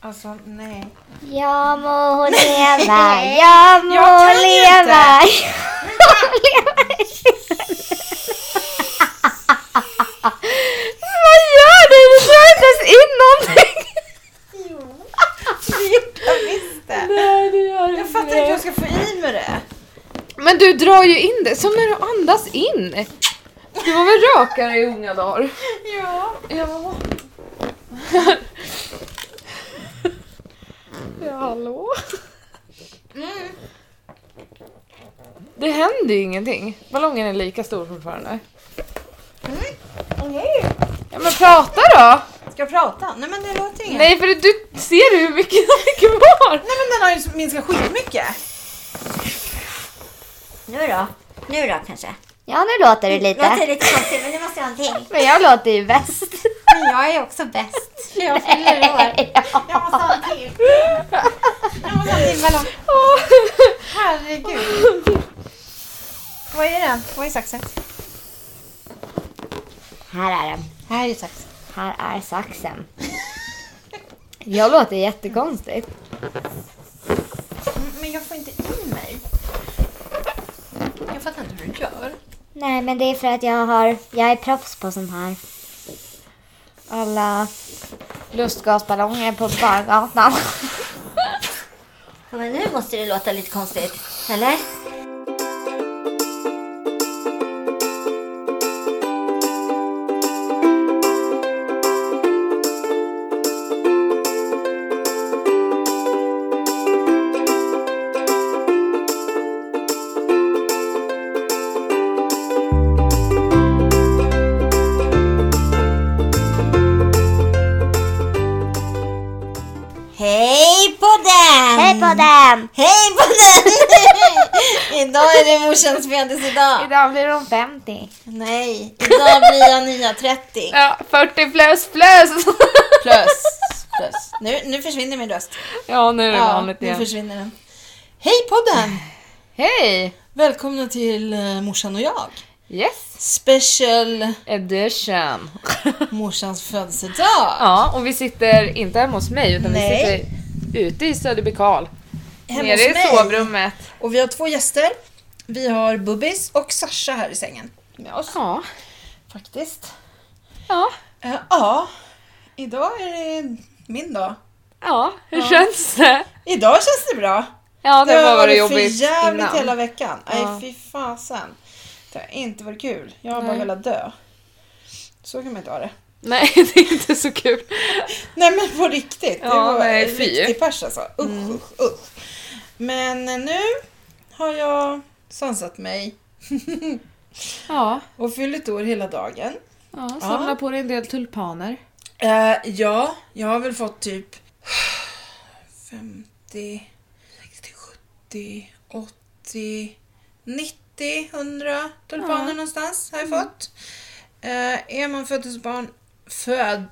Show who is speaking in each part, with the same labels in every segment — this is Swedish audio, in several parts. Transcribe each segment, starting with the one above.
Speaker 1: Alltså nej.
Speaker 2: Jag må hon leva, jag må
Speaker 1: Jag kan
Speaker 2: hon leva. Vad gör du? Du kör inte ens in någonting.
Speaker 1: Det gjorde jag visst det.
Speaker 2: Nej, det gör
Speaker 1: Jag fattar inte hur jag ska få i mig det.
Speaker 3: Men du drar ju in det, som när du andas in. Du var väl rökare i unga dagar?
Speaker 1: Ja.
Speaker 3: Ja. ja, hallå?
Speaker 1: Mm.
Speaker 3: Det händer ju ingenting. Ballongen är lika stor fortfarande.
Speaker 1: Mm, Okej.
Speaker 3: Ja men prata då!
Speaker 1: Ska jag prata? Nej men det låter inget.
Speaker 3: Nej för du ser du hur mycket det är kvar?
Speaker 1: Nej men den har ju minskat skitmycket.
Speaker 4: Nu då? Nu då kanske?
Speaker 2: Ja, nu låter det
Speaker 4: Låter
Speaker 2: lite.
Speaker 4: lite konstigt men det måste vara någonting.
Speaker 2: Men jag låter ju bäst.
Speaker 4: Men jag är också bäst. Jag fyller år.
Speaker 1: Jag måste ha en till. Jag måste ha en till ballong. Herregud. Vad är den? Vad är saxen?
Speaker 2: Här är den.
Speaker 1: Här är saxen.
Speaker 2: Här är saxen. Jag låter jättekonstigt.
Speaker 1: Mm, Men jag får inte i mig. Jag fattar inte hur du gör.
Speaker 2: Nej, men det är för att jag har... Jag är proffs på sånt här. Alla lustgasballonger på bargatan.
Speaker 4: Men nu måste det låta lite konstigt. Eller? Hej på den!
Speaker 2: Hej på den!
Speaker 4: Hej på den! idag är det morsans födelsedag.
Speaker 2: Idag blir hon 50.
Speaker 4: Nej, idag blir jag nya 30.
Speaker 3: Ja, 40 plus plus!
Speaker 1: Plus. Plus. Nu, nu försvinner min röst.
Speaker 3: Ja nu är det
Speaker 1: Ja,
Speaker 3: vanligt
Speaker 1: nu
Speaker 3: igen.
Speaker 1: försvinner den. Hej podden!
Speaker 3: Hej!
Speaker 1: Välkomna till eh, morsan och jag.
Speaker 3: Yes!
Speaker 1: Special
Speaker 3: Edition!
Speaker 1: morsans födelsedag.
Speaker 3: Ja, och vi sitter inte hemma hos mig utan
Speaker 1: Nej.
Speaker 3: vi sitter ute i Söderbykal.
Speaker 1: Hemma
Speaker 3: Nere i
Speaker 1: hos mig.
Speaker 3: sovrummet.
Speaker 1: Och vi har två gäster. Vi har Bubbis och Sasha här i sängen. Med oss.
Speaker 3: Ja.
Speaker 1: Faktiskt.
Speaker 3: Ja.
Speaker 1: Eh, Ja, idag är det min dag.
Speaker 3: Ja, hur känns det?
Speaker 1: Idag känns det bra.
Speaker 3: Ja, det, var varit
Speaker 1: för
Speaker 3: jobbigt
Speaker 1: jävligt
Speaker 3: innan.
Speaker 1: hela veckan. Nej,
Speaker 3: Ja.
Speaker 1: fy fasen. Det har inte varit kul. Jag har bara
Speaker 3: Nej.
Speaker 1: velat dö. Så kan man inte ha det.
Speaker 3: Nej, det är inte så kul.
Speaker 1: Nej men på riktigt.
Speaker 3: Ja,
Speaker 1: det var
Speaker 3: nej,
Speaker 1: en
Speaker 3: fy. Mm.
Speaker 1: riktig pers alltså. Usch, usch, usch. Men eh, nu har jag sansat mig
Speaker 3: Ja,
Speaker 1: och fyllt år hela dagen.
Speaker 3: ja
Speaker 1: samla
Speaker 3: på dig en del tulpaner.
Speaker 1: Eh, ja, jag har väl fått typ 50, 60, 70, 80, 90, 100 tulpaner någonstans har jag fått.
Speaker 3: Mm.
Speaker 1: Eh, är man födelsebarn född...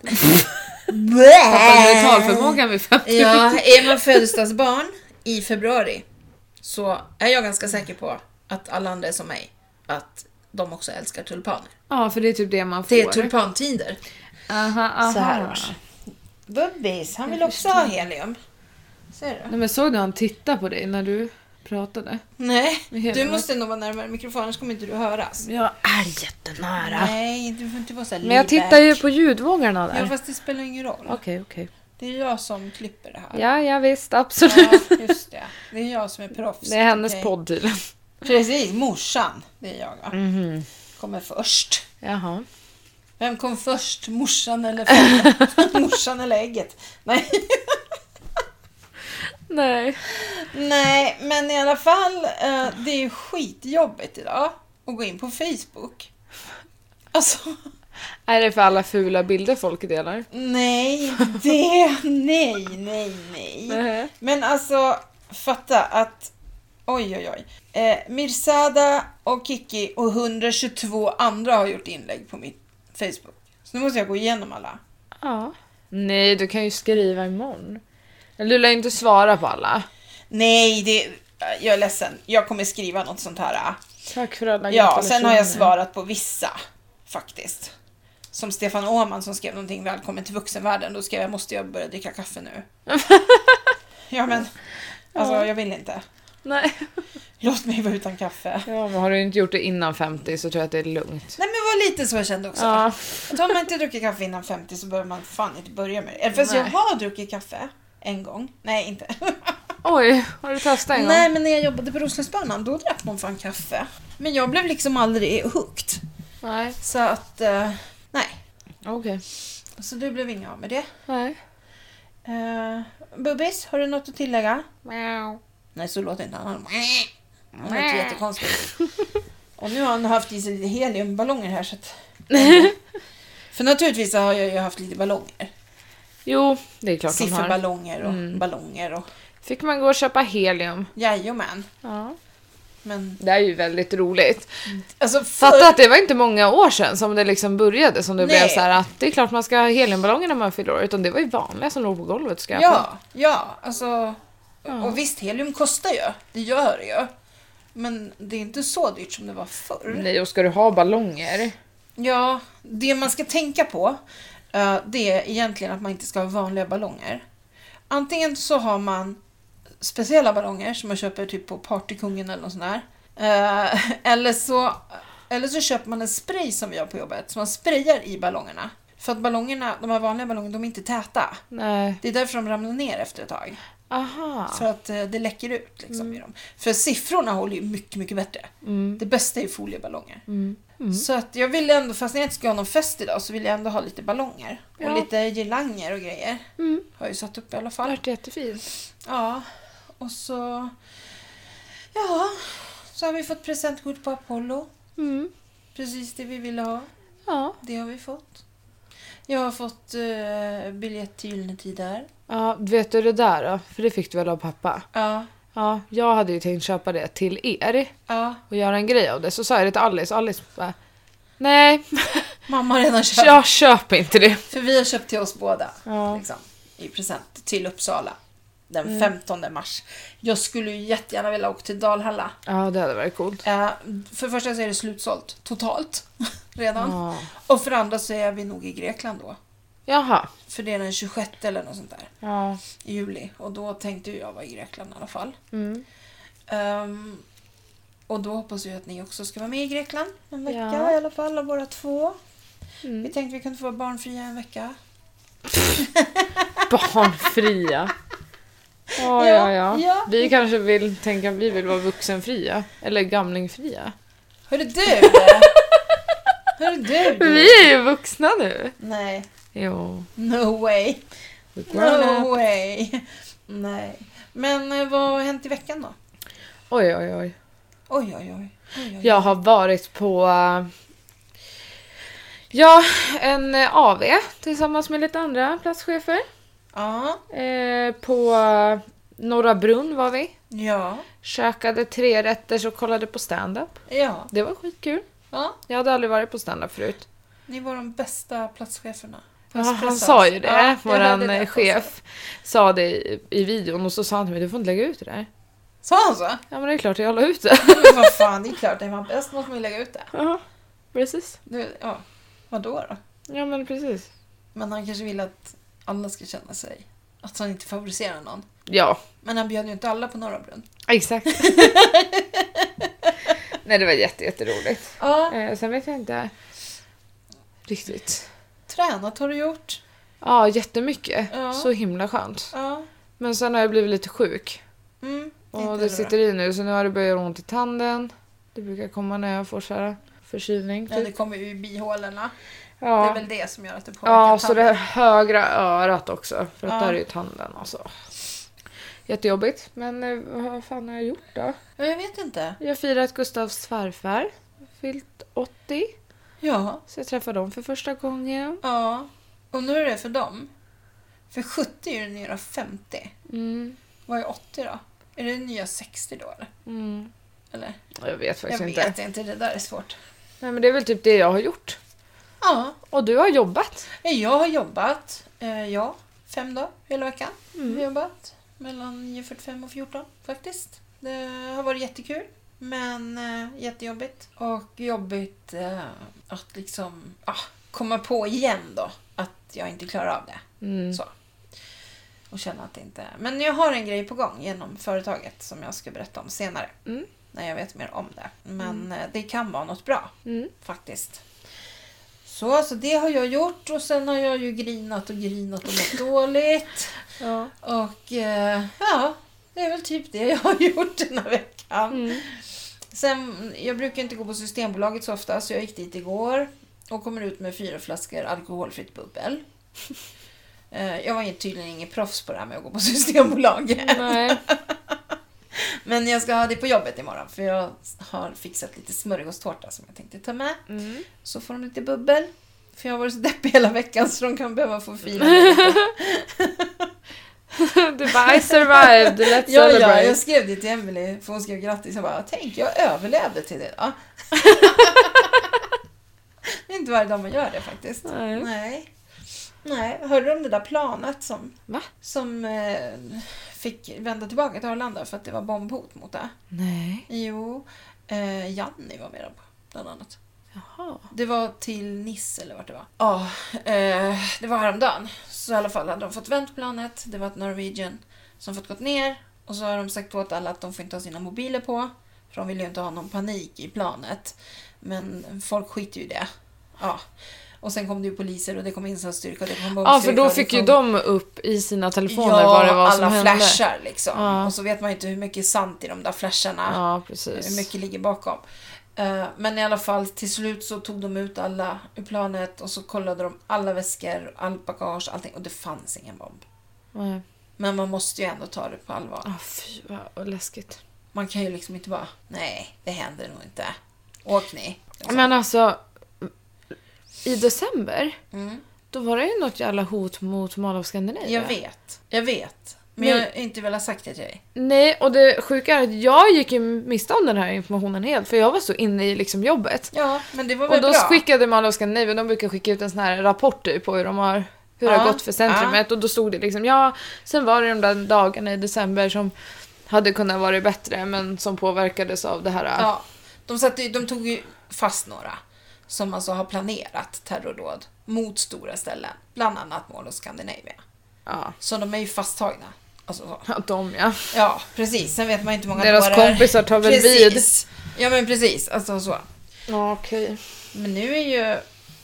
Speaker 3: Tappade du talförmågan vid 50?
Speaker 1: ja, är man födelsedagsbarn i februari så är jag ganska säker på att alla andra är som mig. Att de också älskar tulpaner.
Speaker 3: Ja, för det är typ det man får.
Speaker 1: Det är tulpantider.
Speaker 3: Aha, aha.
Speaker 1: Så här års. Bubbis, han vill också ha helium. Ser du?
Speaker 3: Nej, men såg du han titta på dig när du pratade?
Speaker 1: Nej,
Speaker 3: Med helium.
Speaker 1: du måste nog vara närmare mikrofonen annars kommer inte du höras.
Speaker 3: Jag är jättenära.
Speaker 1: Nej, du får inte vara så här
Speaker 3: Men jag
Speaker 1: laid back.
Speaker 3: tittar ju på ljudvågorna
Speaker 1: Ja,
Speaker 3: där.
Speaker 1: fast det spelar ingen roll.
Speaker 3: Okej, okej.
Speaker 1: Det är jag som klipper det här.
Speaker 3: Ja, ja visst, absolut.
Speaker 1: Ja, just det. Det är jag som är proffs.
Speaker 3: Det är hennes
Speaker 1: okej?
Speaker 3: podd tydligen.
Speaker 1: Precis, morsan. Det är jag. va? Kommer först.
Speaker 3: Jaha.
Speaker 1: Vem kom först? Morsan eller fällan? morsan eller ägget? Nej.
Speaker 3: Nej.
Speaker 1: Nej, men i alla fall. eh, Det är skitjobbigt idag att gå in på Facebook. Alltså,
Speaker 3: Är det för alla fula bilder folk delar?
Speaker 1: nej, det, nej, nej, nej.
Speaker 3: Nej.
Speaker 1: Men alltså, fatta att, oj, oj, oj. Eh, Mirsada och Kiki och 122 andra har gjort inlägg på mitt Facebook. Så nu måste jag gå igenom alla.
Speaker 3: Ja. Nej, du kan ju skriva imorgon. Eller du lär ju inte svara på alla.
Speaker 1: Nej, det, jag är ledsen. Jag kommer skriva något sånt här.
Speaker 3: Tack för alla
Speaker 1: Ja, sen har jag
Speaker 3: gratulationer.
Speaker 1: svarat på vissa faktiskt. som Stefan Åhman som skrev någonting välkommen till vuxenvärlden. Då skrev jag måste jag börja dricka kaffe nu. ja men, alltså jag vill inte.
Speaker 3: Nej.
Speaker 1: Låt mig vara utan kaffe.
Speaker 3: Ja, men har du inte gjort det innan 50 så tror jag att det är lugnt.
Speaker 1: Nej men det var lite så jag kände också.
Speaker 3: Ja.
Speaker 1: Att om man inte druckit kaffe innan 50 så behöver man fan inte börja med det. Eller fast jag
Speaker 3: Nej.
Speaker 1: har druckit kaffe en gång. Nej inte.
Speaker 3: Oj, har du testat en
Speaker 1: Nej
Speaker 3: gång?
Speaker 1: men när jag jobbade på Roslagsbanan då drack man fan kaffe. Men jag blev liksom aldrig hooked.
Speaker 3: Nej.
Speaker 1: Så att, eh, nej.
Speaker 3: Okej.
Speaker 1: Så du blev inga av med det.
Speaker 3: Nej.
Speaker 1: Eh, Bubbis, har du något att tillägga?
Speaker 3: Miau.
Speaker 1: Nej, så låter inte han. Han han låter jättekonstigt. Och nu har han haft i sig lite heliumballonger här så att... För naturligtvis har jag ju haft lite ballonger.
Speaker 3: Jo, det är klart hon har.
Speaker 1: Sifferballonger och ballonger och...
Speaker 3: Fick man gå och köpa helium?
Speaker 1: Jajamän.
Speaker 3: Ja.
Speaker 1: Men
Speaker 3: Det är ju väldigt roligt.
Speaker 1: alltså förr...
Speaker 3: Fatta att det var inte många år sedan som det liksom började som det
Speaker 1: Nej.
Speaker 3: blev så här att det är klart man ska ha heliumballonger när man fyller år. Utan det var ju vanliga som låg på golvet och skräpade.
Speaker 1: Ja, ja, alltså... Och visst, helium kostar ju. Det gör det ju. Men det är inte så dyrt som det var förr.
Speaker 3: Nej, och ska du ha ballonger?
Speaker 1: Ja, det man ska tänka på eh, det är egentligen att man inte ska ha vanliga ballonger. Antingen så har man speciella ballonger som man köper typ på Partykungen eller något sånt där. Eh, Eller så, eller så köper man en spray som vi har på jobbet som man sprayar i ballongerna. För att ballongerna, de här vanliga ballongerna, de är inte täta.
Speaker 3: Nej.
Speaker 1: Det är därför de ramlar ner efter ett tag.
Speaker 3: Aha.
Speaker 1: För att eh, det läcker ut liksom i dem. För siffrorna håller ju mycket, mycket bättre. Det bästa är ju folieballonger. Så att jag ville ändå, fast när jag inte ska ha någon fest idag så vill jag ändå ha lite ballonger.
Speaker 3: Ja.
Speaker 1: Och lite girlanger och grejer. Har jag ju satt upp i alla
Speaker 3: Det
Speaker 1: fall.
Speaker 3: vart jättefint.
Speaker 1: Ja. Och så... Ja. Så har vi fått presentkort på Apollo.
Speaker 3: Mm.
Speaker 1: Precis det vi ville ha.
Speaker 3: Ja.
Speaker 1: Det har vi fått. Jag har fått eh, biljett till Gyllene Tider.
Speaker 3: ja, vet du det där då? För det fick du väl av pappa?
Speaker 1: Ja.
Speaker 3: Ja, jag hade ju tänkt köpa det till er
Speaker 1: Ja.
Speaker 3: och göra en grej av det. Så sa jag det till Alice och Alice bara Nej,
Speaker 1: Mamma har redan köpt.
Speaker 3: jag köper inte det.
Speaker 1: För vi har köpt till oss båda
Speaker 3: Ja. Mm.
Speaker 1: liksom, i present till Uppsala den 15 mars. Jag skulle ju jättegärna vilja åka till Dalhalla.
Speaker 3: Ja, det hade varit coolt.
Speaker 1: Eh, för det första så är det slutsålt totalt redan.
Speaker 3: Ja.
Speaker 1: Och för det andra så är vi nog i Grekland då.
Speaker 3: Jaha.
Speaker 1: För det är den 26 eller något sånt där
Speaker 3: Ja.
Speaker 1: i juli. Och då tänkte ju jag vara i Grekland i alla fall.
Speaker 3: Mm.
Speaker 1: Ehm, och då hoppas jag att ni också ska vara med i Grekland en vecka
Speaker 3: Ja.
Speaker 1: i alla fall av våra två.
Speaker 3: Mm.
Speaker 1: Vi tänkte vi kunde få vara barnfria en vecka.
Speaker 3: Barnfria.
Speaker 1: Ja,
Speaker 3: Ja, ja, ja,
Speaker 1: ja.
Speaker 3: Vi kanske vill tänka att vi vill vara vuxenfria. Eller gamlingfria.
Speaker 1: Hörru du! Hörru du!
Speaker 3: För vi är ju vuxna nu.
Speaker 1: Nej,
Speaker 3: Jo.
Speaker 1: no way.
Speaker 3: we're grown
Speaker 1: No
Speaker 3: up.
Speaker 1: way. Nej. Men eh, vad har hänt i veckan då?
Speaker 3: Oj, oj, oj.
Speaker 1: Oj, oj, oj. oj, oj.
Speaker 3: Jag har varit på eh, ja, en eh, AV tillsammans med lite andra platschefer.
Speaker 1: Ja.
Speaker 3: Eh, på eh, Norra Brunn var vi.
Speaker 1: Ja.
Speaker 3: Käkade tre rätter och kollade på stand-up.
Speaker 1: Ja.
Speaker 3: Det var skitkul.
Speaker 1: ja.
Speaker 3: Jag hade aldrig varit på stand-up förut.
Speaker 1: Ni var de bästa platscheferna.
Speaker 3: Ja, han
Speaker 1: Espresso.
Speaker 3: sa ju det,
Speaker 1: Alltså, Ja, jag
Speaker 3: våran
Speaker 1: hörde det
Speaker 3: eh,
Speaker 1: också.
Speaker 3: chef sa det i, i videon och så sa han till mig du får inte lägga ut det där.
Speaker 1: Sa han så?
Speaker 3: Ja men det är klart jag la ut det.
Speaker 1: Men vad fan, det är klart. Är man bäst måste man ju lägga ut det.
Speaker 3: Ja, precis.
Speaker 1: Du, ja. Vadå då?
Speaker 3: Ja men precis.
Speaker 1: Men han kanske vill att alla ska känna sig. Att han inte favoriserar någon.
Speaker 3: Ja,
Speaker 1: Men han bjöd ju inte alla på Norra Brunn.
Speaker 3: exakt. Nej det var jätte, jätteroligt.
Speaker 1: Ja.
Speaker 3: Eh, sen vet jag inte riktigt.
Speaker 1: Tränat har du gjort.
Speaker 3: Ja, jättemycket.
Speaker 1: Ja.
Speaker 3: Så himla skönt.
Speaker 1: Ja.
Speaker 3: Men sen har jag blivit lite sjuk.
Speaker 1: Mm.
Speaker 3: Och
Speaker 1: inte
Speaker 3: det
Speaker 1: bra.
Speaker 3: sitter i nu, så nu har det börjat göra ont i tanden. Det brukar komma när jag får så här förkylning.
Speaker 1: Ja, det
Speaker 3: Typ.
Speaker 1: kommer ju i bihålorna. Det är
Speaker 3: Ja.
Speaker 1: väl det som gör att det påverkar
Speaker 3: ja, så det
Speaker 1: tanden.
Speaker 3: högra örat också. För att
Speaker 1: Ja.
Speaker 3: där är ju tanden alltså. Jättejobbigt. Men eh, vad fan har jag gjort då?
Speaker 1: Ja, Jag vet inte.
Speaker 3: Jag har firat Gustavs farfar. Fyllt 80.
Speaker 1: Ja.
Speaker 3: Så jag träffade dem för första gången.
Speaker 1: Ja. Och nu är det för dem. För 70 är ju den nya 50.
Speaker 3: Mm.
Speaker 1: Vad är 80 då? Är det den nya 60 då eller?
Speaker 3: Mm.
Speaker 1: eller?
Speaker 3: Jag vet faktiskt
Speaker 1: Jag vet
Speaker 3: inte.
Speaker 1: inte. det där är svårt.
Speaker 3: Nej men det är väl typ det jag har gjort.
Speaker 1: Ja,
Speaker 3: Och du har jobbat.
Speaker 1: jag har jobbat, eh, ja, fem dagar hela veckan.
Speaker 3: Mm.
Speaker 1: Jag har jobbat mellan 9.45 och 14 faktiskt. Det har varit jättekul, men eh, jättejobbigt. Och jobbigt eh, att liksom, ah, komma på igen då att jag inte klarar av det.
Speaker 3: Mm.
Speaker 1: Så. Och känna att det inte är... Men jag har en grej på gång genom företaget som jag ska berätta om senare.
Speaker 3: Mm.
Speaker 1: När jag vet mer om det. Men eh, det kan vara något bra
Speaker 3: Mm.
Speaker 1: faktiskt. Så, så det har jag gjort och sen har jag ju grinat och grinat och mått dåligt.
Speaker 3: Ja.
Speaker 1: Och eh, ja, det är väl typ det jag har gjort den här veckan.
Speaker 3: Mm.
Speaker 1: Sen, jag brukar inte gå på Systembolaget så ofta, så jag gick dit igår och kommer ut med fyra flaskor alkoholfritt bubbel. Eh, Jag var ju tydligen ingen proffs på det här med att gå på Systembolaget.
Speaker 3: Nej.
Speaker 1: Men jag ska ha det på jobbet imorgon för jag har fixat lite smörgåstårta som jag tänkte ta med.
Speaker 3: Mm.
Speaker 1: Så får de lite bubbel. För jag har varit så deppig hela veckan så de kan behöva få fira lite.
Speaker 3: Du bara, I survived, let's
Speaker 1: Ja, ja,
Speaker 3: celebrate.
Speaker 1: jag skrev det till Emily för hon skrev grattis. Jag bara, tänk jag överlevde till det idag. det är inte varje dag man gör det faktiskt.
Speaker 3: Nej.
Speaker 1: Nej. Nej. Hörde du om det där planet som,
Speaker 3: Va?
Speaker 1: som eh, fick vända tillbaka till Arlanda för att det var bombhot mot det?
Speaker 3: Nej.
Speaker 1: Jo, eh, Janni var med på bland annat.
Speaker 3: Jaha.
Speaker 1: Det var till Nice eller vart det var. Ja, eh, det var häromdagen. Så i alla fall hade de fått vänt planet. Det var ett Norwegian som fått gått ner. Och så har de sagt åt alla att de får inte ha sina mobiler på. För de vill ju inte ha någon panik i planet. Men folk skiter ju i det. Ja. Och sen kom det ju poliser och det kom insatsstyrka och det kom
Speaker 3: Ja,
Speaker 1: bombstyrka
Speaker 3: för då
Speaker 1: och det
Speaker 3: fick ju
Speaker 1: kom-
Speaker 3: de upp i sina telefoner
Speaker 1: ja,
Speaker 3: vad det var
Speaker 1: alla
Speaker 3: som hände.
Speaker 1: flashar liksom.
Speaker 3: Ja.
Speaker 1: Och så vet man ju inte hur mycket är sant i de där flasharna.
Speaker 3: Ja,
Speaker 1: Hur
Speaker 3: precis.
Speaker 1: mycket ligger bakom. Eh, Men i alla fall till slut så tog de ut alla ur planet och så kollade de alla väskor, allt bagage, allting och det fanns ingen bomb.
Speaker 3: Nej.
Speaker 1: Men man måste ju ändå ta det på allvar.
Speaker 3: Ah, fy vad läskigt.
Speaker 1: Man kan ju liksom inte bara, nej, det händer nog inte. Åk ni.
Speaker 3: Men alltså, i december,
Speaker 1: Mm.
Speaker 3: då var det ju något jävla hot mot Mall of Scandinavia.
Speaker 1: Jag vet, jag vet. Men
Speaker 3: Nej.
Speaker 1: jag har inte velat sagt det till dig.
Speaker 3: Nej, och det sjuka är att jag gick ju miste om den här informationen helt, för jag var så inne i liksom jobbet.
Speaker 1: Ja, men det var väl
Speaker 3: Och då
Speaker 1: bra.
Speaker 3: skickade Mall of Scandinavia, de brukar skicka ut en sån här rapport typ på hur de har hur det
Speaker 1: Ja,
Speaker 3: har gått för centrumet och då stod det liksom ja, sen var det de där dagarna i december som hade kunnat vara bättre men som påverkades av det här.
Speaker 1: Ja, de, satte, ju- de tog ju fast några som alltså har planerat terrordåd mot stora ställen, bland annat Mall och Scandinavia.
Speaker 3: Ja.
Speaker 1: Så de är ju fasttagna. Alltså, så.
Speaker 3: Ja, de ja.
Speaker 1: ja, precis. Sen vet man inte hur många
Speaker 3: Deras
Speaker 1: dårar-
Speaker 3: kompisar tar väl
Speaker 1: precis. Ja, men precis. Alltså så.
Speaker 3: Ja, okej.
Speaker 1: Men nu är ju,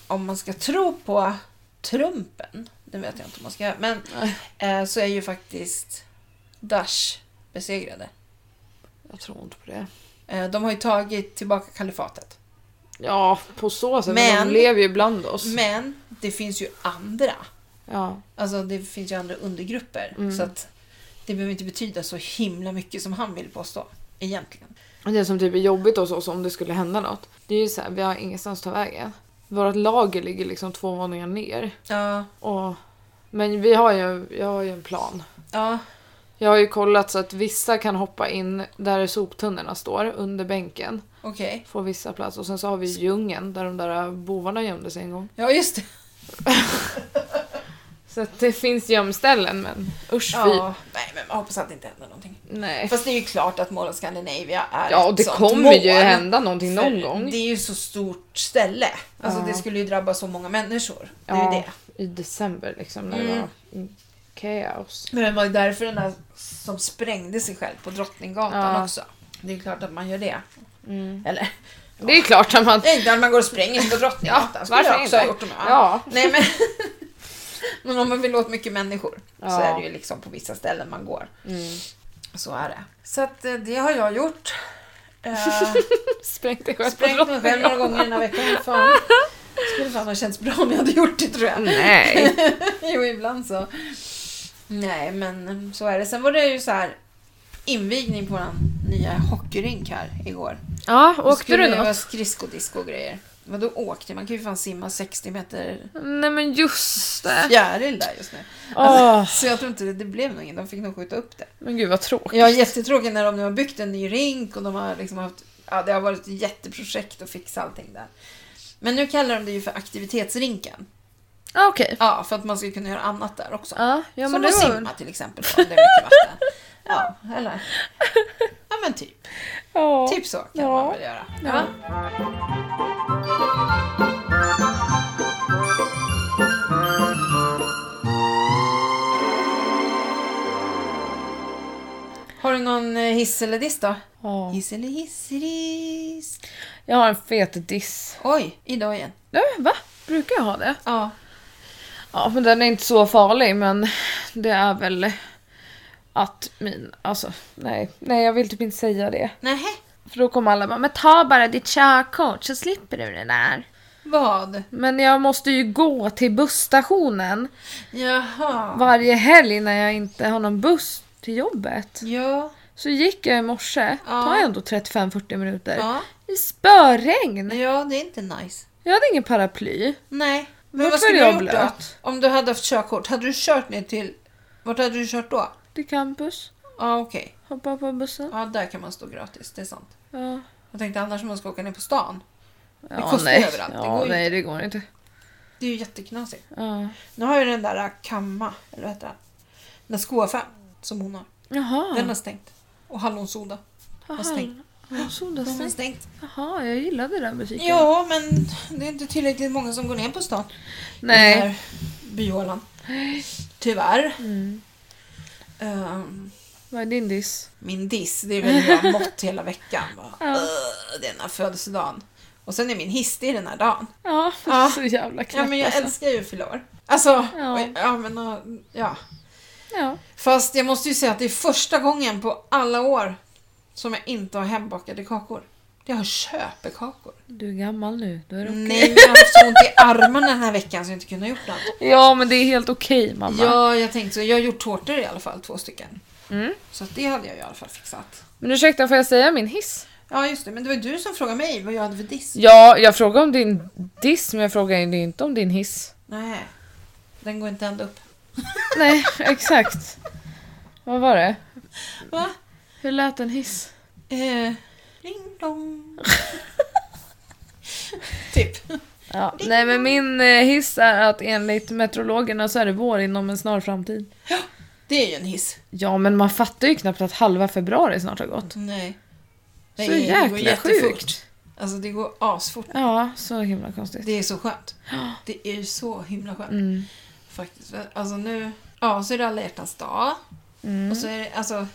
Speaker 1: om man ska tro på Trumpen, det vet jag inte om man ska göra, men eh, så är ju faktiskt Daesh besegrade.
Speaker 3: Jag tror inte på det.
Speaker 1: Eh, de har ju tagit tillbaka kalifatet.
Speaker 3: Ja, på så sätt. Men,
Speaker 1: Men-
Speaker 3: de lever ju bland oss.
Speaker 1: Men det finns ju andra.
Speaker 3: ja.
Speaker 1: Alltså det finns ju andra undergrupper.
Speaker 3: Mm.
Speaker 1: Så att det behöver inte betyda så himla mycket som han vill påstå. Egentligen.
Speaker 3: Och Det som typ är jobbigt hos oss om det skulle hända något, det är ju såhär, vi har ingenstans att ta vägen. Vårt lager ligger liksom två våningar ner.
Speaker 1: Ja,
Speaker 3: Och, men vi har ju, jag har ju en plan.
Speaker 1: ja,
Speaker 3: Jag har ju kollat så att vissa kan hoppa in där soptunnorna står, under bänken.
Speaker 1: okej.
Speaker 3: Får vissa plats. Och sen så har vi djungeln där de där bovarna gömde sig en gång.
Speaker 1: Ja, just det.
Speaker 3: Så att det finns gömställen men usch fy.
Speaker 1: Ja. Nej, men man hoppas att det inte händer någonting.
Speaker 3: Nej.
Speaker 1: Fast det är ju klart att Mall of Scandinavia är
Speaker 3: Ja, och
Speaker 1: ett
Speaker 3: det
Speaker 1: sånt
Speaker 3: kommer ju
Speaker 1: mål.
Speaker 3: hända någonting
Speaker 1: För
Speaker 3: någon gång.
Speaker 1: Det är ju så stort ställe. Alltså
Speaker 3: Ja.
Speaker 1: det skulle ju drabba så många människor. Det är ju
Speaker 3: ja,
Speaker 1: det.
Speaker 3: i december liksom när det
Speaker 1: Mm.
Speaker 3: var kaos.
Speaker 1: Men det var ju därför den där som sprängde sig själv på Drottninggatan
Speaker 3: Ja. Mm.
Speaker 1: också. Det är ju klart att man gör det. Eller?
Speaker 3: Det är klart att man...
Speaker 1: Nej, inte att man går och spränger sig på Drottninggatan.
Speaker 3: Ja,
Speaker 1: skulle
Speaker 3: varför
Speaker 1: jag också ha
Speaker 3: inte?
Speaker 1: gjort om jag-
Speaker 3: Ja.
Speaker 1: Nej, men... men om man vill åt mycket människor så
Speaker 3: Ja.
Speaker 1: är det ju liksom på vissa ställen man går.
Speaker 3: Mm.
Speaker 1: Så är det. Så att eh, det har jag gjort. Eh,
Speaker 3: Sprängt dig själv
Speaker 1: sprängt mig själv några gånger den här veckan. Fan. Skulle fan ha känts bra om jag hade gjort det tror jag.
Speaker 3: Nej.
Speaker 1: jo, ibland så. Nej, men eh, så är det. Sen var det ju så här invigning på den nya hockeyrink här igår.
Speaker 3: Ja,
Speaker 1: Då
Speaker 3: åkte
Speaker 1: skulle
Speaker 3: du
Speaker 1: Det
Speaker 3: något?
Speaker 1: var skridskodisko och grejer. Vadå åkte? Man kan ju fan simma 60 meter
Speaker 3: Nej men just det.
Speaker 1: fjäril där just nu.
Speaker 3: Åh,
Speaker 1: Så jag tror inte det, det blev någon, de fick nog skjuta upp det.
Speaker 3: men gud vad tråkigt.
Speaker 1: Ja, jättetråkigt när de nu har byggt en ny rink och de har liksom haft, ja, det har varit ett jätteprojekt att fixa allting där. Men nu kallar de det ju för aktivitetsrinken.
Speaker 3: Ah, Okej.
Speaker 1: Ja, för att man ska kunna göra annat där också.
Speaker 3: Ja, ja
Speaker 1: Som
Speaker 3: men
Speaker 1: att
Speaker 3: det var...
Speaker 1: simma till exempel, om det är mycket vatten. Ja, eller? Ja, men typ.
Speaker 3: Ja.
Speaker 1: Typ så kan
Speaker 3: Ja.
Speaker 1: man väl göra. Ja. du någon eh, hiss eller diss då?
Speaker 3: Ja.
Speaker 1: Hiss eller hissriss?
Speaker 3: Jag har en fet diss.
Speaker 1: Oj, idag igen.
Speaker 3: Nej, va? Brukar jag ha det?
Speaker 1: Ja.
Speaker 3: Ja, men den är inte så farlig, men det är väl att min... Alltså, nej. Nej, jag vill typ inte säga det.
Speaker 1: Nähä,
Speaker 3: För då kommer alla bara, men ta bara ditt körkort så slipper du det där.
Speaker 1: vad?
Speaker 3: Men jag måste ju gå till busstationen
Speaker 1: Jaha.
Speaker 3: varje helg när jag inte har någon buss till jobbet.
Speaker 1: Ja.
Speaker 3: Så gick jag i morse,
Speaker 1: Ja.
Speaker 3: tar jag ändå 35-40 minuter,
Speaker 1: Ja.
Speaker 3: i spöregn.
Speaker 1: ja, det är inte nice.
Speaker 3: Jag hade ingen paraply.
Speaker 1: Nej. Men vad
Speaker 3: Vart var
Speaker 1: skulle du ha
Speaker 3: jag
Speaker 1: gjort då?
Speaker 3: blöt?
Speaker 1: Om du hade haft körkort, hade du kört ner till... Vart hade du kört då?
Speaker 3: Till campus,
Speaker 1: Ja, okej.
Speaker 3: hoppade på bussen.
Speaker 1: Ja, där kan man stå gratis, det är sant.
Speaker 3: Ja.
Speaker 1: Jag tänkte annars om man ska åka ner på stan.
Speaker 3: Ja,
Speaker 1: kostar
Speaker 3: nej.
Speaker 1: överallt, det
Speaker 3: Ja,
Speaker 1: går ju
Speaker 3: nej, det går inte.
Speaker 1: Det är ju jätteknasigt.
Speaker 3: Ja.
Speaker 1: Nu har ju den där äh, Kamma, eller vad heter den? Den där skoaffären som hon har.
Speaker 3: Jaha.
Speaker 1: Den har stängt. Och Hallonsoda.
Speaker 3: Jaha.
Speaker 1: stängd.
Speaker 3: Ja, så det
Speaker 1: Den har
Speaker 3: stängt.
Speaker 1: stängt.
Speaker 3: Jaha, jag gillade den butiken.
Speaker 1: Ja, men det är inte tillräckligt många som går ner på stan. i den
Speaker 3: Nej.
Speaker 1: här byhålan. Tyvärr. Ehm,
Speaker 3: Vad är din diss?
Speaker 1: min diss, det är väl hur jag har mått hela veckan. Bara, "Ugh, Det är den här födelsedagen. Och sen är min hiss, det är den här dagen.
Speaker 3: Ja,
Speaker 1: Ja.
Speaker 3: så jävla knäpp
Speaker 1: Ja, men jag
Speaker 3: alltså.
Speaker 1: älskar ju att fylla år. Alltså,
Speaker 3: Ja.
Speaker 1: ja. ja men uh, ja.
Speaker 3: Ja.
Speaker 1: Fast jag måste ju säga att det är första gången på alla år som jag inte har hembakade kakor. Jag köper kakor.
Speaker 3: Du är gammal nu, då är det okej.
Speaker 1: Nej, jag har haft så ont i armarna den här veckan så jag inte kunnat gjort något.
Speaker 3: Ja, men det är helt okej mamma.
Speaker 1: Ja, jag tänkte så. Jag har gjort tårtor i alla fall, två stycken.
Speaker 3: Mm.
Speaker 1: Så att det hade jag i alla fall fixat.
Speaker 3: Men ursäkta, får jag säga min hiss?
Speaker 1: Ja, just det. Men det var ju du som frågade mig vad jag hade för diss.
Speaker 3: Ja, jag frågade om din diss, men jag frågade ju inte om din hiss.
Speaker 1: Nej, den går inte ända upp.
Speaker 3: Nej, exakt. Vad var det? Mm.
Speaker 1: Va?
Speaker 3: Hur lät en hiss?
Speaker 1: Eh, ding dong. typ.
Speaker 3: Ja, nej men min eh, hiss är att enligt meteorologerna så är det vår inom en snar framtid.
Speaker 1: Det är ju en hiss.
Speaker 3: Ja men man fattar ju knappt att halva februari snart har gått.
Speaker 1: Nej.
Speaker 3: Så
Speaker 1: det går
Speaker 3: jäkla
Speaker 1: jättefort.
Speaker 3: sjukt.
Speaker 1: Alltså det går asfort.
Speaker 3: Ja, så himla konstigt.
Speaker 1: Det är så skönt. Det är ju så himla skönt
Speaker 3: Mm.
Speaker 1: faktiskt. Alltså nu, ja så är det alla hjärtans dag.
Speaker 3: Mm.
Speaker 1: Och så är det, alltså,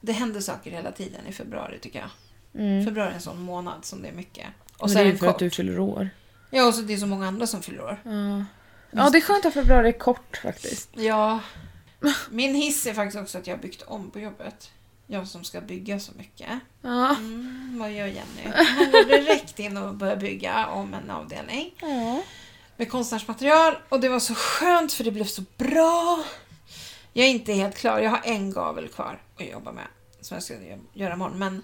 Speaker 1: det händer saker hela tiden i februari tycker jag.
Speaker 3: Mm.
Speaker 1: Februari är en sån månad som det är mycket.
Speaker 3: Men
Speaker 1: Och
Speaker 3: det
Speaker 1: så är
Speaker 3: är ju
Speaker 1: den
Speaker 3: för att
Speaker 1: kort.
Speaker 3: du fyller år.
Speaker 1: Ja, och så det är så många andra som fyller år.
Speaker 3: Ja. ja, det är skönt att februari är kort faktiskt.
Speaker 1: Ja. Min hiss är faktiskt också att jag har byggt om på jobbet. Jag som ska bygga så mycket.
Speaker 3: Ja.
Speaker 1: Mm, vad gör Jenny? Hon går direkt in och börjar bygga om en avdelning
Speaker 3: Ja.
Speaker 1: med konstnärsmaterial. Och det var så skönt för det blev så bra. Jag är inte helt klar. Jag har en gavel kvar att jobba med som jag ska gö- göra imorgon. Men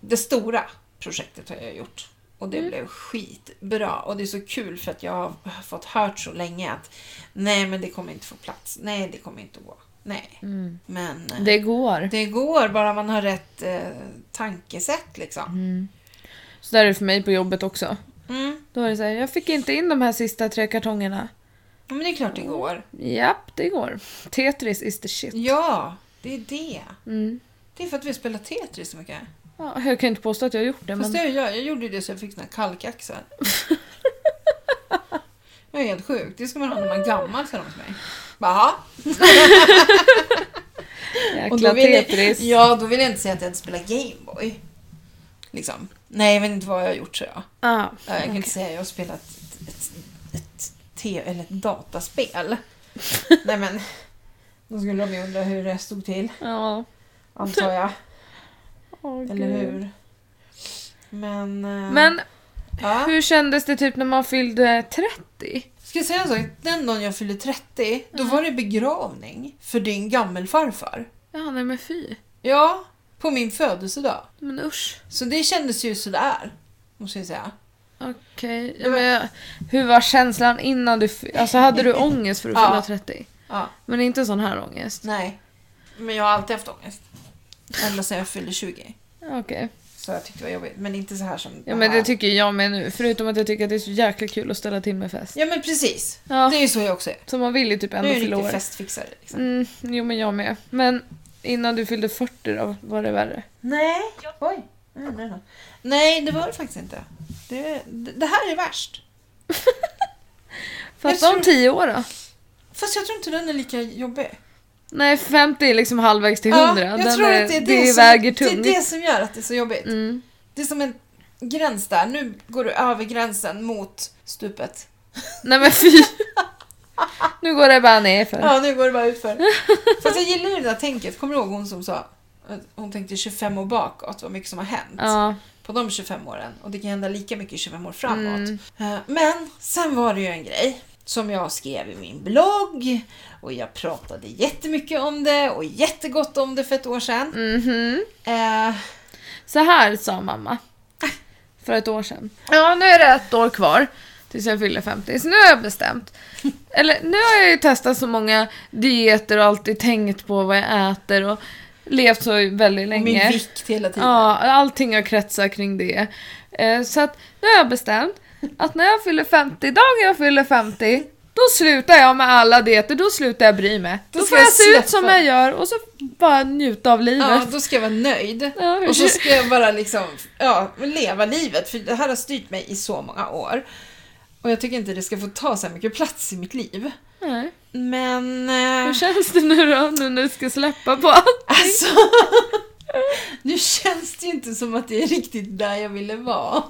Speaker 1: det stora projektet har jag gjort och det blev skitbra. Och det är så kul för att jag har fått hört så länge att nej, men det kommer inte få plats. Nej, det kommer inte att gå. Nej,
Speaker 3: Mm.
Speaker 1: men eh,
Speaker 3: Det går.
Speaker 1: det går bara man har rätt eh, tankesätt liksom.
Speaker 3: Mm. Så där är det för mig på jobbet också.
Speaker 1: Mm.
Speaker 3: Då är det så här, jag fick inte in de här sista tre kartongerna.
Speaker 1: Ja, Men det är klart det går.
Speaker 3: Japp, det går. Tetris is the shit.
Speaker 1: Ja, det är det.
Speaker 3: Mm.
Speaker 1: Det är för att vi spelar Tetris så mycket.
Speaker 3: Ja, jag kan inte påstå att jag har gjort det,
Speaker 1: Fast
Speaker 3: men...
Speaker 1: det jag gör, jag gjorde ju det så jag fick såna här kalkaxlar. jag är helt sjuk. Det ska man ha när man är gammal, sa de till mig. Bara, "Jaha." Och
Speaker 3: Jäkla
Speaker 1: då vill jag,
Speaker 3: Tetris.
Speaker 1: ja, då vill jag inte säga att jag inte spelar Gameboy. Liksom. Nej, jag vet inte vad jag har gjort, så jag.
Speaker 3: Ja.
Speaker 1: Ja, Jag kan inte säga att jag har spelat ett, ett, ett, te- eller ett dataspel. Nej, men... Då skulle de ju undra hur det stod till,
Speaker 3: Ja.
Speaker 1: antar jag.
Speaker 3: Åh,
Speaker 1: Eller
Speaker 3: gud.
Speaker 1: hur? Men... eh,
Speaker 3: Men
Speaker 1: Ja.
Speaker 3: hur kändes det typ när man fyllde 30?
Speaker 1: Ska jag säga en sak? Den dagen jag fyllde 30, då var det begravning för din gammelfarfar.
Speaker 3: Ja, nej men fy.
Speaker 1: Ja, på min födelsedag.
Speaker 3: Men usch.
Speaker 1: Så det kändes ju sådär, måste jag säga.
Speaker 3: Okej. Ja, men jag- hur var känslan innan du... fy- Alltså hade du ångest för att fylla
Speaker 1: Ja.
Speaker 3: 30?
Speaker 1: Ja,
Speaker 3: Men inte sån här ångest?
Speaker 1: nej. Men jag har alltid haft ångest. Ända sedan jag fyllde 20.
Speaker 3: Okej.
Speaker 1: Så jag tyckte det var jobbigt. Men inte så här som
Speaker 3: Ja men det
Speaker 1: här.
Speaker 3: tycker jag med nu. Förutom att jag tycker att det är så jäkla kul att ställa till med fest.
Speaker 1: Ja men precis.
Speaker 3: Ja.
Speaker 1: Det är ju så jag också är.
Speaker 3: Så man vill ju typ
Speaker 1: Nu
Speaker 3: ändå
Speaker 1: är jag en
Speaker 3: fylla
Speaker 1: riktig
Speaker 3: år.
Speaker 1: festfixare. Liksom.
Speaker 3: Mm, jo men jag med. Men innan du fyllde 40 då, var det värre?
Speaker 1: Nej. Oj. Nej, nej, nej. nej, det var det faktiskt inte. Det, det det här är värst.
Speaker 3: Fatta
Speaker 1: Jag
Speaker 3: om
Speaker 1: tror-
Speaker 3: 10 år då.
Speaker 1: Fast jag tror inte den är lika jobbig.
Speaker 3: Nej, 50 är liksom halvvägs till 100.
Speaker 1: Ja, jag
Speaker 3: Den
Speaker 1: tror
Speaker 3: är,
Speaker 1: att det är det,
Speaker 3: det
Speaker 1: som,
Speaker 3: väger
Speaker 1: det, är
Speaker 3: tungt.
Speaker 1: det som gör att det är så jobbigt.
Speaker 3: Mm.
Speaker 1: Det är som en gräns där. Nu går du över gränsen mot stupet.
Speaker 3: Nej men fy! nu går det bara ner för.
Speaker 1: Ja, nu går det bara utför. Fast jag gillar ju det där tänket. Kommer du ihåg hon som sa att hon tänkte 25 år bakåt, vad mycket som har hänt
Speaker 3: Ja.
Speaker 1: på de 25 åren. Och det kan hända lika mycket 25 år framåt.
Speaker 3: Mm.
Speaker 1: Eh, Men sen var det ju en grej som jag skrev i min blogg och jag pratade jättemycket om det och jättegott om det för ett år sedan.
Speaker 3: Mhm.
Speaker 1: Eh,
Speaker 3: Så här sa mamma. För ett år sedan. Ja, nu är det ett år kvar tills jag fyller 50. Så nu har jag bestämt. Eller nu har jag ju testat så många dieter och alltid tänkt på vad jag äter och levt så väldigt
Speaker 1: och
Speaker 3: länge.
Speaker 1: min vikt hela tiden.
Speaker 3: Ja, allting har kretsat kring det. Eh, Så att nu har jag bestämt att när jag fyller 50, dagen jag fyller 50, då slutar jag med alla dieter, då slutar jag bry mig. Då,
Speaker 1: Då ska
Speaker 3: får jag,
Speaker 1: jag
Speaker 3: se ut som
Speaker 1: släppa.
Speaker 3: jag gör och så bara njuta av
Speaker 1: Ja,
Speaker 3: livet.
Speaker 1: då ska jag vara nöjd.
Speaker 3: Ja,
Speaker 1: Och så ska jag bara liksom, ja, leva livet. För det här har styrt mig i så många år. Och jag tycker inte det ska få ta så här mycket plats i mitt liv.
Speaker 3: Nej.
Speaker 1: Men...
Speaker 3: Hur
Speaker 1: Eh,
Speaker 3: känns det nu då, nu när du ska släppa på allt?
Speaker 1: alltså... nu känns det ju inte som att det är riktigt där jag ville vara.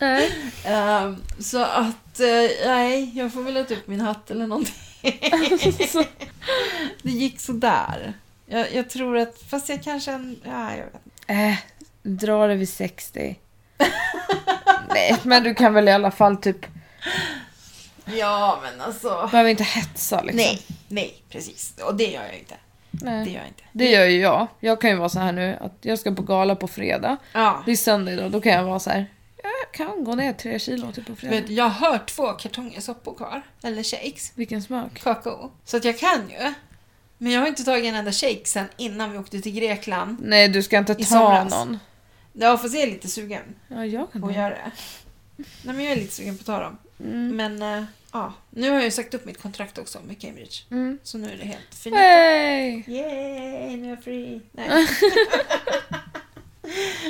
Speaker 3: Nej.
Speaker 1: Ehm, så att, eh, nej, jag får väl äta upp min hatt eller någonting.
Speaker 3: Så,
Speaker 1: Det gick så där. Jag, jag tror att, fast jag kanske... En, ja, jag vet. inte.
Speaker 3: äh, dra det vid 60. Nej, men du kan väl i alla fall typ,
Speaker 1: Ja, men alltså...
Speaker 3: behöver inte hetsa liksom.
Speaker 4: Nej.
Speaker 1: Nej, precis. Och det gör jag inte.
Speaker 3: Nej.
Speaker 1: Det gör jag inte.
Speaker 3: Det gör ju jag. Jag kan ju vara så här nu att jag ska på gala på fredag.
Speaker 1: Ja.
Speaker 3: Det är söndag idag, då kan jag vara så här. Jag kan gå ner tre kilo typ på fredag.
Speaker 1: Vet, jag har två kartonger soppor kvar. Eller shakes.
Speaker 3: Vilken smak.
Speaker 1: Kakao. Så att jag kan ju. Men jag har inte tagit en enda shake sen innan vi åkte till Grekland.
Speaker 3: Nej, du ska inte
Speaker 1: I
Speaker 3: ta
Speaker 1: somras.
Speaker 3: någon.
Speaker 1: Ja, fast jag är lite sugen
Speaker 3: Ja, jag kan
Speaker 1: på att
Speaker 3: ta.
Speaker 1: göra det. Nej, men jag är lite sugen på att ta dem.
Speaker 3: Mm.
Speaker 1: Men eh, ja, nu har jag ju sagt upp mitt kontrakt också med Cambridge.
Speaker 3: Mm.
Speaker 1: Så nu är det helt fint.
Speaker 3: Hey!
Speaker 1: Yay, nu är jag fri. Nej.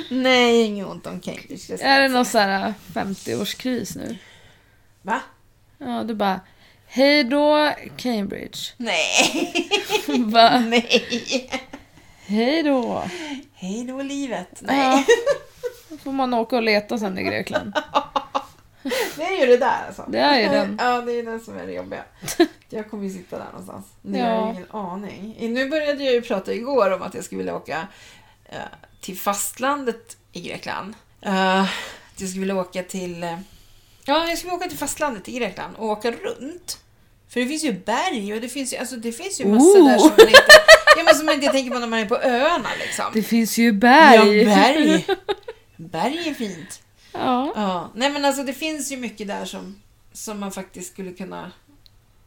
Speaker 1: Nej, inget ont om Cambridge. Jag ska-
Speaker 3: Är det någon så här 50-årskris nu?
Speaker 1: Va?
Speaker 3: Ja, du bara Hej då Cambridge.
Speaker 1: Nej,
Speaker 3: Va?
Speaker 1: nej.
Speaker 3: Hej då.
Speaker 1: Hej då livet. Nej.
Speaker 3: Då får man åka och leta sen i Grekland.
Speaker 1: Det är ju det där alltså.
Speaker 3: Det är ju den.
Speaker 1: Ja, det är ju den som är det jobbiga. Jag kommer ju sitta där någonstans. Nu
Speaker 3: Ja.
Speaker 1: har jag ingen aning. Nu började jag ju prata igår om att jag skulle vilja åka eh, till fastlandet i Grekland. Eh, att jag skulle vilja åka till... eh, ja, jag skulle åka till fastlandet i Grekland och åka runt. För det finns ju berg och det finns ju, alltså, det finns ju massa
Speaker 3: Ooh.
Speaker 1: där som man inte, ja, men som man inte tänker på när man är på öarna liksom.
Speaker 3: Det finns ju berg.
Speaker 1: Ja, berg. Berg är fint.
Speaker 3: Ja.
Speaker 1: Ja, nej men alltså det finns ju mycket där som, som man faktiskt skulle kunna...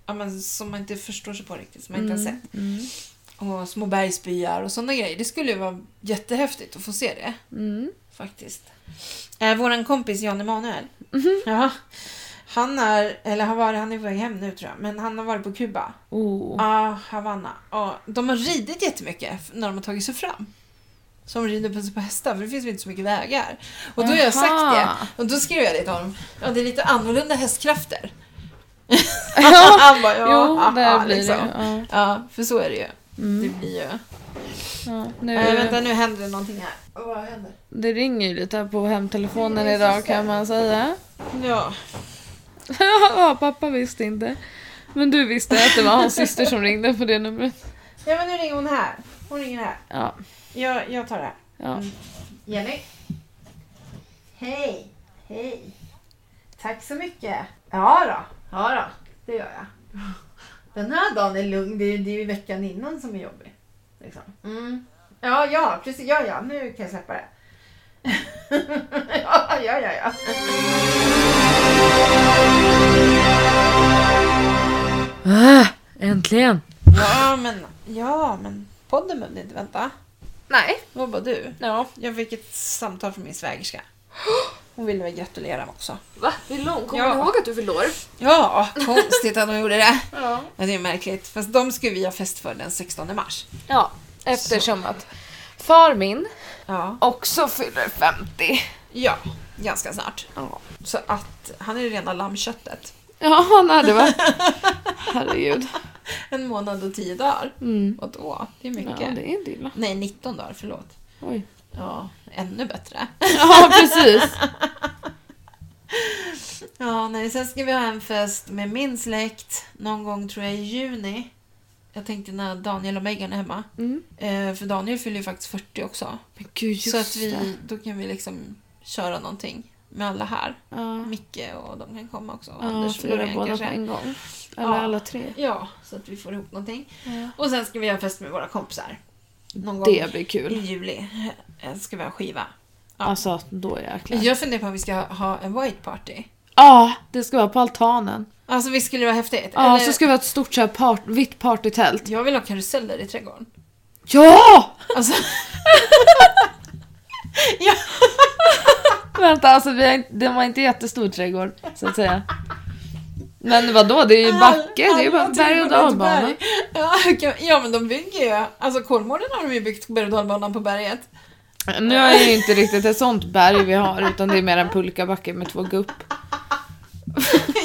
Speaker 1: Ja, men som man inte förstår sig på riktigt, som man inte har sett.
Speaker 3: Mm.
Speaker 1: Och små bergsbyar och sådana grejer. Det skulle ju vara jättehäftigt att få se det,
Speaker 3: Mm.
Speaker 1: faktiskt. Eh, våran kompis Jan Emanuel, ja, han är, eller har varit, han är på väg hem nu tror jag, men han har varit på Kuba.
Speaker 3: Oh.
Speaker 1: Ja, Ah, Havanna. Ja, de har ridit jättemycket f- när de har tagit sig fram. Som rider på sig på hästar, för det finns ju inte så mycket vägar. Och då har jag sagt
Speaker 3: Jaha.
Speaker 1: det. Och då skrev jag det till honom. Ja, det är lite annorlunda hästkrafter.
Speaker 3: Ja.
Speaker 1: Han bara, ja,
Speaker 3: Jo, där
Speaker 1: aha,
Speaker 3: blir
Speaker 1: liksom.
Speaker 3: det. Ja.
Speaker 1: Ja, för så är det ju. Det
Speaker 3: Mm.
Speaker 1: blir ju.
Speaker 3: Ja, nu,
Speaker 1: Äh, vänta, nu händer det någonting här. Vad händer?
Speaker 3: det ringer ju lite här på hemtelefonen idag kan man säga.
Speaker 1: Ja.
Speaker 3: ja, pappa visste inte. Men du visste att det var hans syster som ringde på det numret.
Speaker 1: ja, men nu ringer hon här. Hon ringer här.
Speaker 3: Ja,
Speaker 1: Jag, jag tar det här.
Speaker 3: ja.
Speaker 1: Jenny? Hej! Hej! Tack så mycket! Ja då, ja då, det gör jag. Den här dagen är lugn, det är, det är ju veckan innan som är jobbig. Liksom. Mm. Ja, ja, precis, ja, ja, nu kan jag släppa det. ja, ja, ja, ja.
Speaker 3: äntligen!
Speaker 1: Ja, men, ja, men podden behövde inte vänta.
Speaker 3: Nej.
Speaker 1: Det var bara du.
Speaker 3: Ja.
Speaker 1: Jag fick ett samtal från min svägerska. Hon ville väl gratulera mig också.
Speaker 3: Va? Vill hon?
Speaker 1: Kommer du
Speaker 3: ihåg att du fyllde år?
Speaker 1: Ja, konstigt att hon gjorde det.
Speaker 3: Ja.
Speaker 1: Ja, det är märkligt. Fast de ska vi ha fest för den 16 mars.
Speaker 3: ja. Eftersom att far min
Speaker 1: Ja.
Speaker 3: också fyller 50.
Speaker 1: Ja, ganska snart.
Speaker 3: Ja,
Speaker 1: Så att han är det rena lammköttet.
Speaker 3: ja han är det va? Herregud.
Speaker 1: en månad och tio dagar.
Speaker 3: Mm.
Speaker 1: Vadå? Det är
Speaker 3: Ja,
Speaker 1: mycket.
Speaker 3: det är inte illa.
Speaker 1: Nej, 19 dagar, förlåt.
Speaker 3: Oj.
Speaker 1: Ja, ännu bättre.
Speaker 3: Ja, precis.
Speaker 1: Ja, nej, sen ska vi ha en fest med min släkt någon gång tror jag i juni. Jag tänkte när Daniel och Megan är hemma.
Speaker 3: Mm.
Speaker 1: Eh, för Daniel fyller ju faktiskt 40 också.
Speaker 3: Men gud, just
Speaker 1: så att vi,
Speaker 3: det.
Speaker 1: då kan vi liksom köra någonting med alla här.
Speaker 3: Ja.
Speaker 1: Micke och de kan komma också. Och
Speaker 3: Mm. Ja,
Speaker 1: Anders och
Speaker 3: fyra
Speaker 1: Loreen
Speaker 3: båda på
Speaker 1: kanske.
Speaker 3: en gång. Eller
Speaker 1: Ja.
Speaker 3: alla tre.
Speaker 1: Ja, så att vi får ihop någonting.
Speaker 3: Ja.
Speaker 1: Och sen ska vi ha en fest med våra kompisar. Någon gång
Speaker 3: Det blir
Speaker 1: i
Speaker 3: kul.
Speaker 1: juli eh, ska vi ha skiva.
Speaker 3: Alltså, då jäklar. Ja,
Speaker 1: Jag funderar på om vi ska ha en white party.
Speaker 3: det ska vara på altanen.
Speaker 1: Alltså visst skulle det vara häftigt?
Speaker 3: Ja,
Speaker 1: Eller-
Speaker 3: så ska vi ha ett stort så här part, vitt partytält.
Speaker 1: Jag vill ha karuseller i trädgården.
Speaker 3: Ja!
Speaker 1: Alltså... ja.
Speaker 3: Vänta, alltså vi har, inte- den var inte jättestor trädgård, så att säga. Men vadå, det är ju backe, det är ju bara
Speaker 1: Alla
Speaker 3: berg och
Speaker 1: trädgårdar till
Speaker 3: dalbana.
Speaker 1: berg. Ja, okej. ja, men de bygger ju... Alltså Kolmården har de ju byggt berg och dalbanan på berget.
Speaker 3: Nu är det ju inte riktigt ett sånt berg vi har, utan det är mer en pulkabacke med två gupp.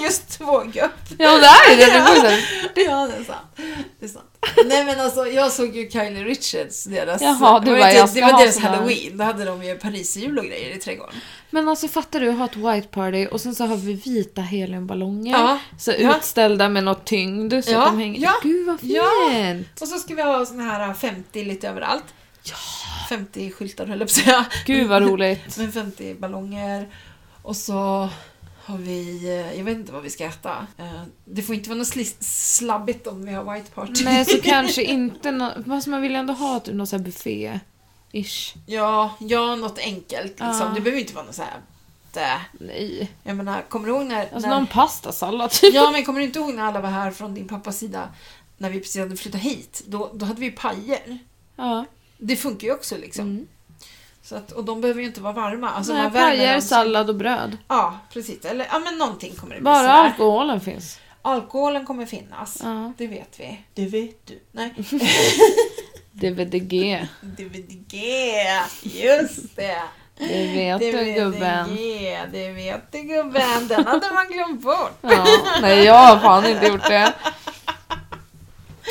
Speaker 1: Just två gupp.
Speaker 3: Ja, men det är ju det. det går ju så här.
Speaker 1: Ja, det är sant. Det är sant. Nej men alltså jag såg ju Kylie Richards, deras...
Speaker 3: Jaha, du
Speaker 1: det var,
Speaker 3: bara,
Speaker 1: ju
Speaker 3: jag
Speaker 1: typ-
Speaker 3: ska
Speaker 1: det var
Speaker 3: ha
Speaker 1: deras
Speaker 3: såna här.
Speaker 1: halloween, då hade de ju pariserhjul och grejer i trädgården.
Speaker 3: Men alltså fattar du, ha ett white party och sen så har vi vita heliumballonger.
Speaker 1: Ja.
Speaker 3: Så
Speaker 1: Ja.
Speaker 3: utställda med något tyngd så
Speaker 1: Ja.
Speaker 3: att de hänger.
Speaker 1: Ja.
Speaker 3: Gud vad fint!
Speaker 1: Ja. Och så ska vi ha såna här 50 lite överallt. Ja! 50 skyltar höll jag på att säga.
Speaker 3: Gud vad roligt.
Speaker 1: Men 50 ballonger. Och så har vi, eh, jag vet inte vad vi ska äta. Eh, Det får inte vara något sli- slabbigt om vi har white party.
Speaker 3: Nej så kanske inte nå- fast man vill ju ändå ha typ någon sån här buffé. Ish.
Speaker 1: Ja, ja, något enkelt liksom.
Speaker 3: Ja.
Speaker 1: Det behöver inte vara något såhär... Det.
Speaker 3: Nej.
Speaker 1: Jag menar, kommer du ihåg när...
Speaker 3: Alltså
Speaker 1: när
Speaker 3: någon pastasallad typ.
Speaker 1: Ja, men kommer du inte ihåg när alla var här från din pappas sida? När vi precis hade flyttat hit. Då, då hade vi ju pajer.
Speaker 3: Ja.
Speaker 1: Det funkar ju också liksom.
Speaker 3: Mm.
Speaker 1: Så att, och de behöver ju inte vara varma. Alltså,
Speaker 3: Nej,
Speaker 1: man värmer
Speaker 3: pajer,
Speaker 1: dem så-
Speaker 3: sallad och bröd.
Speaker 1: Ja, precis. Eller ja, men någonting kommer det bli.
Speaker 3: Bara
Speaker 1: sådär.
Speaker 3: alkoholen finns.
Speaker 1: Alkoholen kommer finnas.
Speaker 3: Ja.
Speaker 1: Det vet vi. Det vet du. Nej.
Speaker 3: DVDG.
Speaker 1: DVDG. Just det.
Speaker 3: Det vet du gubben.
Speaker 1: DVDG. Det vet du gubben. Den hade man glömt bort.
Speaker 3: Ja. Nej jag har fan inte gjort det.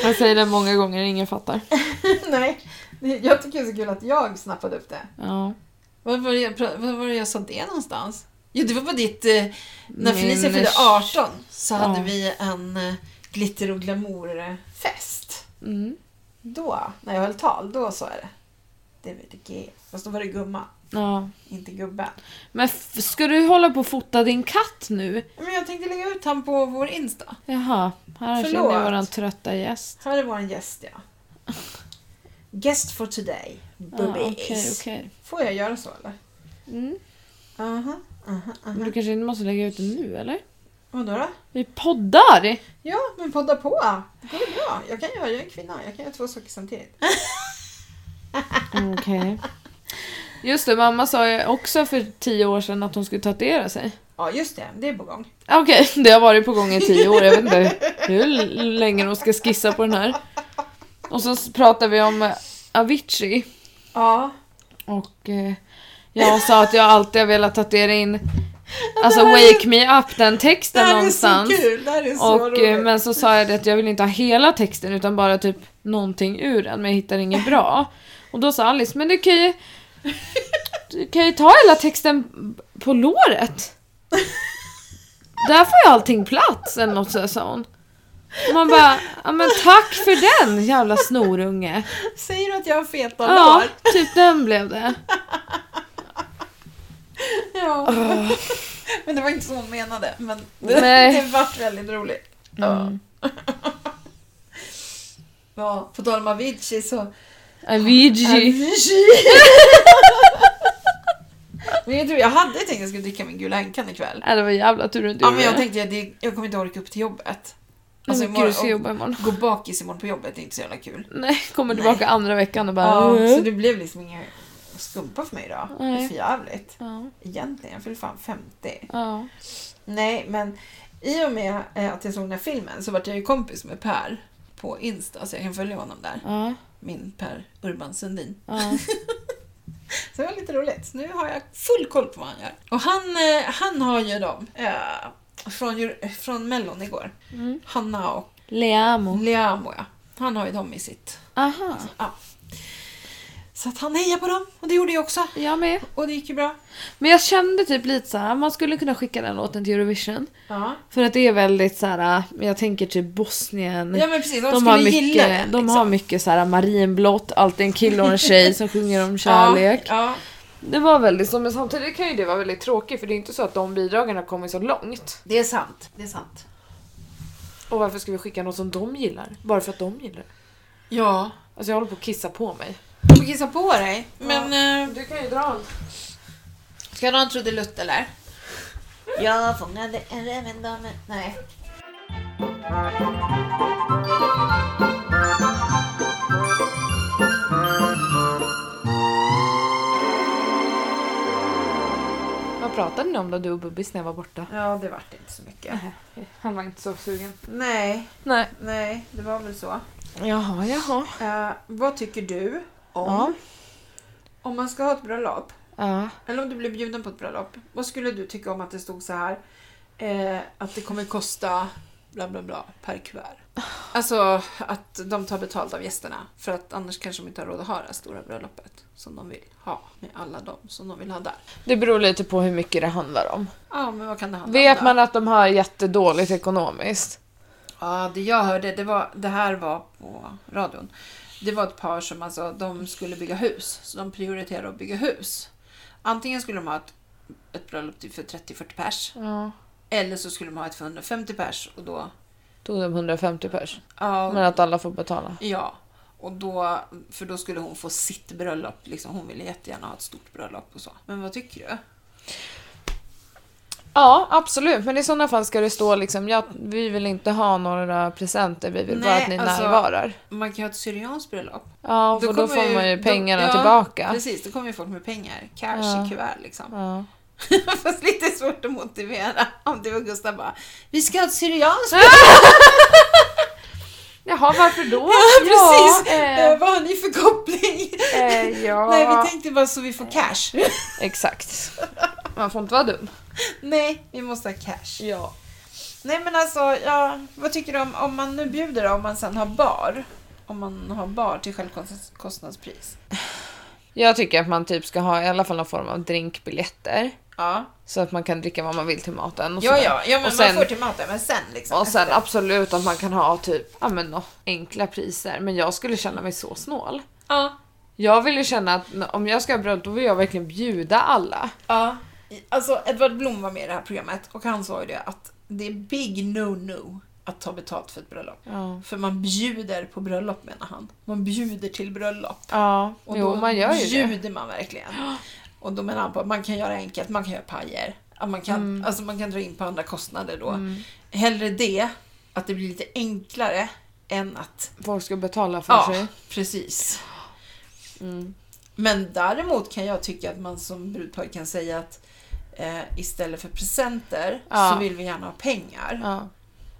Speaker 3: Jag säger det många gånger ingen fattar.
Speaker 1: Nej. Jag tycker det är så kul att jag snappade upp det.
Speaker 3: Ja.
Speaker 1: Var var det jag, pra- var var det jag sa det någonstans? Jo, det var på ditt... eh, När
Speaker 3: Min-
Speaker 1: Felicia fyllde 18 så hade
Speaker 3: Ja.
Speaker 1: vi en eh, glitter och glamour-fest.
Speaker 3: Mm.
Speaker 1: Då, när jag höll tal, då sa jag det. DVDG. Fast då var det gumma,
Speaker 3: Ja.
Speaker 1: inte gubben.
Speaker 3: Men f- ska du hålla på och fota din katt nu?
Speaker 1: Men jag tänkte lägga ut han på vår Insta.
Speaker 3: Jaha, här
Speaker 1: Förlåt.
Speaker 3: känner jag våran trötta gäst.
Speaker 1: Här är vår gäst, ja. Guest for today,
Speaker 3: Ja,
Speaker 1: boobies.
Speaker 3: Ah, Okej, okej.
Speaker 1: Får jag göra så eller?
Speaker 3: Mm.
Speaker 1: Aha, aha,
Speaker 3: Men
Speaker 1: aha.
Speaker 3: du kanske inte måste lägga ut den nu eller?
Speaker 1: Vadå då?
Speaker 3: Vi poddar!
Speaker 1: Ja, men podda på. Det går ju bra. Jag kan göra, jag är kvinna. Jag kan göra två saker samtidigt.
Speaker 3: Mm, Okej. Just det, mamma sa ju också för tio år sedan att hon skulle tatuera sig.
Speaker 1: Ja, just det. Det är på gång.
Speaker 3: Okej, det har varit på gång i tio år. Jag vet inte hur länge de ska skissa på den här. Och så s- pratar vi om eh, Avicii.
Speaker 1: Ja.
Speaker 3: Och eh, jag sa att jag alltid har velat tatuera in Alltså wake me up den
Speaker 1: Det
Speaker 3: texten
Speaker 1: här
Speaker 3: någonstans.
Speaker 1: är så kul. Det här är så
Speaker 3: Och, eh,
Speaker 1: roligt.
Speaker 3: men så sa jag det att jag vill inte ha hela texten utan bara typ någonting ur den men jag hittar inget bra. Och då sa Alice, men du kan ju, du kan ju ta hela texten på låret. Där får jag allting plats eller något sådär sa hon. Och man bara, ja men tack för den jävla snorunge.
Speaker 1: Säger du att jag har feta
Speaker 3: Ja,
Speaker 1: lår?
Speaker 3: typ den blev det.
Speaker 1: Ja. men det var inte så hon menade. Men det,
Speaker 3: Nej.
Speaker 1: det vart väldigt roligt.
Speaker 3: Mm.
Speaker 1: Ja, på tal om Avicii så...
Speaker 3: Avicii.
Speaker 1: Avicii! men jag, tror, jag hade tänkt att jag skulle dricka min gula Henkan ikväll.
Speaker 3: Ja, det var jävla tur du inte
Speaker 1: Ja,
Speaker 3: gjorde
Speaker 1: men jag
Speaker 3: det.
Speaker 1: tänkte att det, jag kommer inte orka upp till jobbet.
Speaker 3: Nej,
Speaker 1: Alltså,
Speaker 3: men gud, du ska
Speaker 1: imorgon,
Speaker 3: jobba imorgon.
Speaker 1: och gå bakis imorgon på jobbet är inte så jävla kul.
Speaker 3: Nej, kommer tillbaka andra veckan och bara...
Speaker 1: Ja,
Speaker 3: "Äh."
Speaker 1: så det blev liksom ingen skumpa för mig idag. Det är
Speaker 3: Nej.
Speaker 1: för jävligt.
Speaker 3: ja,
Speaker 1: Egentligen, jag fyller fan 50.
Speaker 3: ja.
Speaker 1: Nej, men i och med eh, att jag såg den här filmen så vart jag ju kompis med Per på Insta så jag kan följa honom där.
Speaker 3: ja,
Speaker 1: Min Per Urban Sundin.
Speaker 3: ja.
Speaker 1: Så det var lite roligt. Så nu har jag full koll på vad han gör. Och han, eh, han har ju dem eh, från, Euro- från Mellon igår.
Speaker 3: Mm.
Speaker 1: Hanna och
Speaker 3: Leamo.
Speaker 1: Leamo, ja. Han har ju dem i sitt.
Speaker 3: Aha.
Speaker 1: Ja. Så att han hejade på dem och det gjorde jag också.
Speaker 3: Jag med.
Speaker 1: Och det gick ju bra.
Speaker 3: Men jag kände typ lite så här, man skulle kunna skicka den låten till Eurovision.
Speaker 1: Ja,
Speaker 3: För att det är väldigt så här, jag tänker typ Bosnien.
Speaker 1: ja men precis. De,
Speaker 3: de
Speaker 1: skulle
Speaker 3: har mycket,
Speaker 1: gilla liksom. det.
Speaker 3: de har mycket så här marinblått, alltid en kille och en tjej som sjunger om kärlek.
Speaker 1: Ja,
Speaker 3: Det var väldigt så, men samtidigt kan ju det vara väldigt tråkigt för det är inte så att de bidragen har kommit så långt.
Speaker 1: det är sant. Det är sant.
Speaker 3: Och varför ska vi skicka något som de gillar? Bara för att de gillar det.
Speaker 1: Ja.
Speaker 3: Alltså jag håller på att kissa på mig.
Speaker 1: Du får kissa på dig. Men... eh,
Speaker 3: Du kan ju dra
Speaker 1: Ska jag dra en trudelutt eller?
Speaker 4: Jag fångade en rävendame. Nej.
Speaker 3: Vad pratade ni om då du och Bubbis när jag var borta?
Speaker 1: Ja, det vart inte så mycket.
Speaker 3: Han var inte så sugen.
Speaker 1: Nej,
Speaker 3: Nej.
Speaker 1: nej, det var väl så.
Speaker 3: Jaha, jaha.
Speaker 1: Eh, vad tycker du om...
Speaker 3: Ja.
Speaker 1: Om man ska ha ett bröllop,
Speaker 3: Ja.
Speaker 1: eller om du blir bjuden på ett bröllop, vad skulle du tycka om att det stod så här? Eh, att det kommer kosta bla bla bla per kuvert. Alltså att de tar betalt av gästerna för att annars kanske de inte har råd att ha det här stora bröllopet som de vill ha med alla de som de vill ha där.
Speaker 3: Det beror lite på hur mycket det handlar om.
Speaker 1: Ja, men vad kan det handla
Speaker 3: Vet
Speaker 1: om då?
Speaker 3: man att de har jättedåligt ekonomiskt?
Speaker 1: Ja, det jag hörde, det, var, det här var på radion. Det var ett par som alltså, de skulle bygga hus, så de prioriterade att bygga hus. Antingen skulle de ha ett, ett bröllop till för 30-40 pers,
Speaker 3: Ja.
Speaker 1: eller så skulle de ha ett för 150 pers och då...
Speaker 3: Tog de 150 pers?
Speaker 1: Ja,
Speaker 3: Men att alla får betala?
Speaker 1: ja. Och då, för då skulle hon få sitt bröllop. Liksom, hon ville jättegärna ha ett stort bröllop och så. Men vad tycker du?
Speaker 3: Ja, absolut. Men i sådana fall ska det stå liksom, ja, vi vill inte ha några presenter, vi vill bara
Speaker 1: Nej,
Speaker 3: att ni
Speaker 1: alltså-
Speaker 3: närvarar.
Speaker 1: Man kan ju ha ett syrianskt bröllop.
Speaker 3: Ja, för då,
Speaker 1: kommer
Speaker 3: får man ju
Speaker 1: då-
Speaker 3: pengarna
Speaker 1: ja,
Speaker 3: tillbaka.
Speaker 1: Precis, då kommer ju folk med pengar. Cash
Speaker 3: Ja.
Speaker 1: i kuvert liksom.
Speaker 3: Ja.
Speaker 1: Fast lite svårt att motivera om du och Gustav bara Vi ska ha ett syrianskt
Speaker 3: Jaha, varför då?
Speaker 1: Precis!
Speaker 3: eh,
Speaker 1: Eh, vad har ni för koppling?
Speaker 3: eh, ja.
Speaker 1: Nej vi tänkte bara så vi får cash.
Speaker 3: Exakt. Man får inte vara dum.
Speaker 1: Nej, vi måste ha cash.
Speaker 3: Ja.
Speaker 1: Nej men alltså, ja, vad tycker du om, om man nu bjuder om man sen har bar? Om man har bar till självkostnadspris?
Speaker 3: Jag tycker att man typ ska ha i alla fall någon form av drinkbiljetter.
Speaker 1: Ja,
Speaker 3: Så att man kan dricka vad man vill till maten. Och
Speaker 1: ja,
Speaker 3: sådär.
Speaker 1: ja, ja men
Speaker 3: och sen,
Speaker 1: man får typ- till maten men sen liksom.
Speaker 3: och sen
Speaker 1: efter.
Speaker 3: absolut att man kan ha typ, ja men nå, enkla priser. Men jag skulle känna mig så snål.
Speaker 1: Ja,
Speaker 3: Jag vill ju känna att n- om jag ska ha bröllop då vill jag verkligen bjuda alla.
Speaker 1: ja. Alltså Edvard Blom var med i det här programmet och han sa ju det att det är big no-no att ta betalt för ett bröllop.
Speaker 3: Ja.
Speaker 1: För man bjuder på bröllop menar han. Man bjuder till bröllop.
Speaker 3: Ja,
Speaker 1: Och
Speaker 3: jo
Speaker 1: då
Speaker 3: man gör ju det.
Speaker 1: bjuder man verkligen. Och då menar han på att man kan göra enkelt, man kan göra pajer. Att Man kan,
Speaker 3: Mm.
Speaker 1: alltså man kan dra in på andra kostnader då. Hellre det, att det blir lite enklare, än att...
Speaker 3: Folk ska betala för
Speaker 1: Ja,
Speaker 3: sig.
Speaker 1: precis.
Speaker 3: Mm.
Speaker 1: Men däremot kan jag tycka att man som brudpar kan säga att eh, istället för presenter
Speaker 3: Ja.
Speaker 1: så vill vi gärna ha pengar.
Speaker 3: Ja.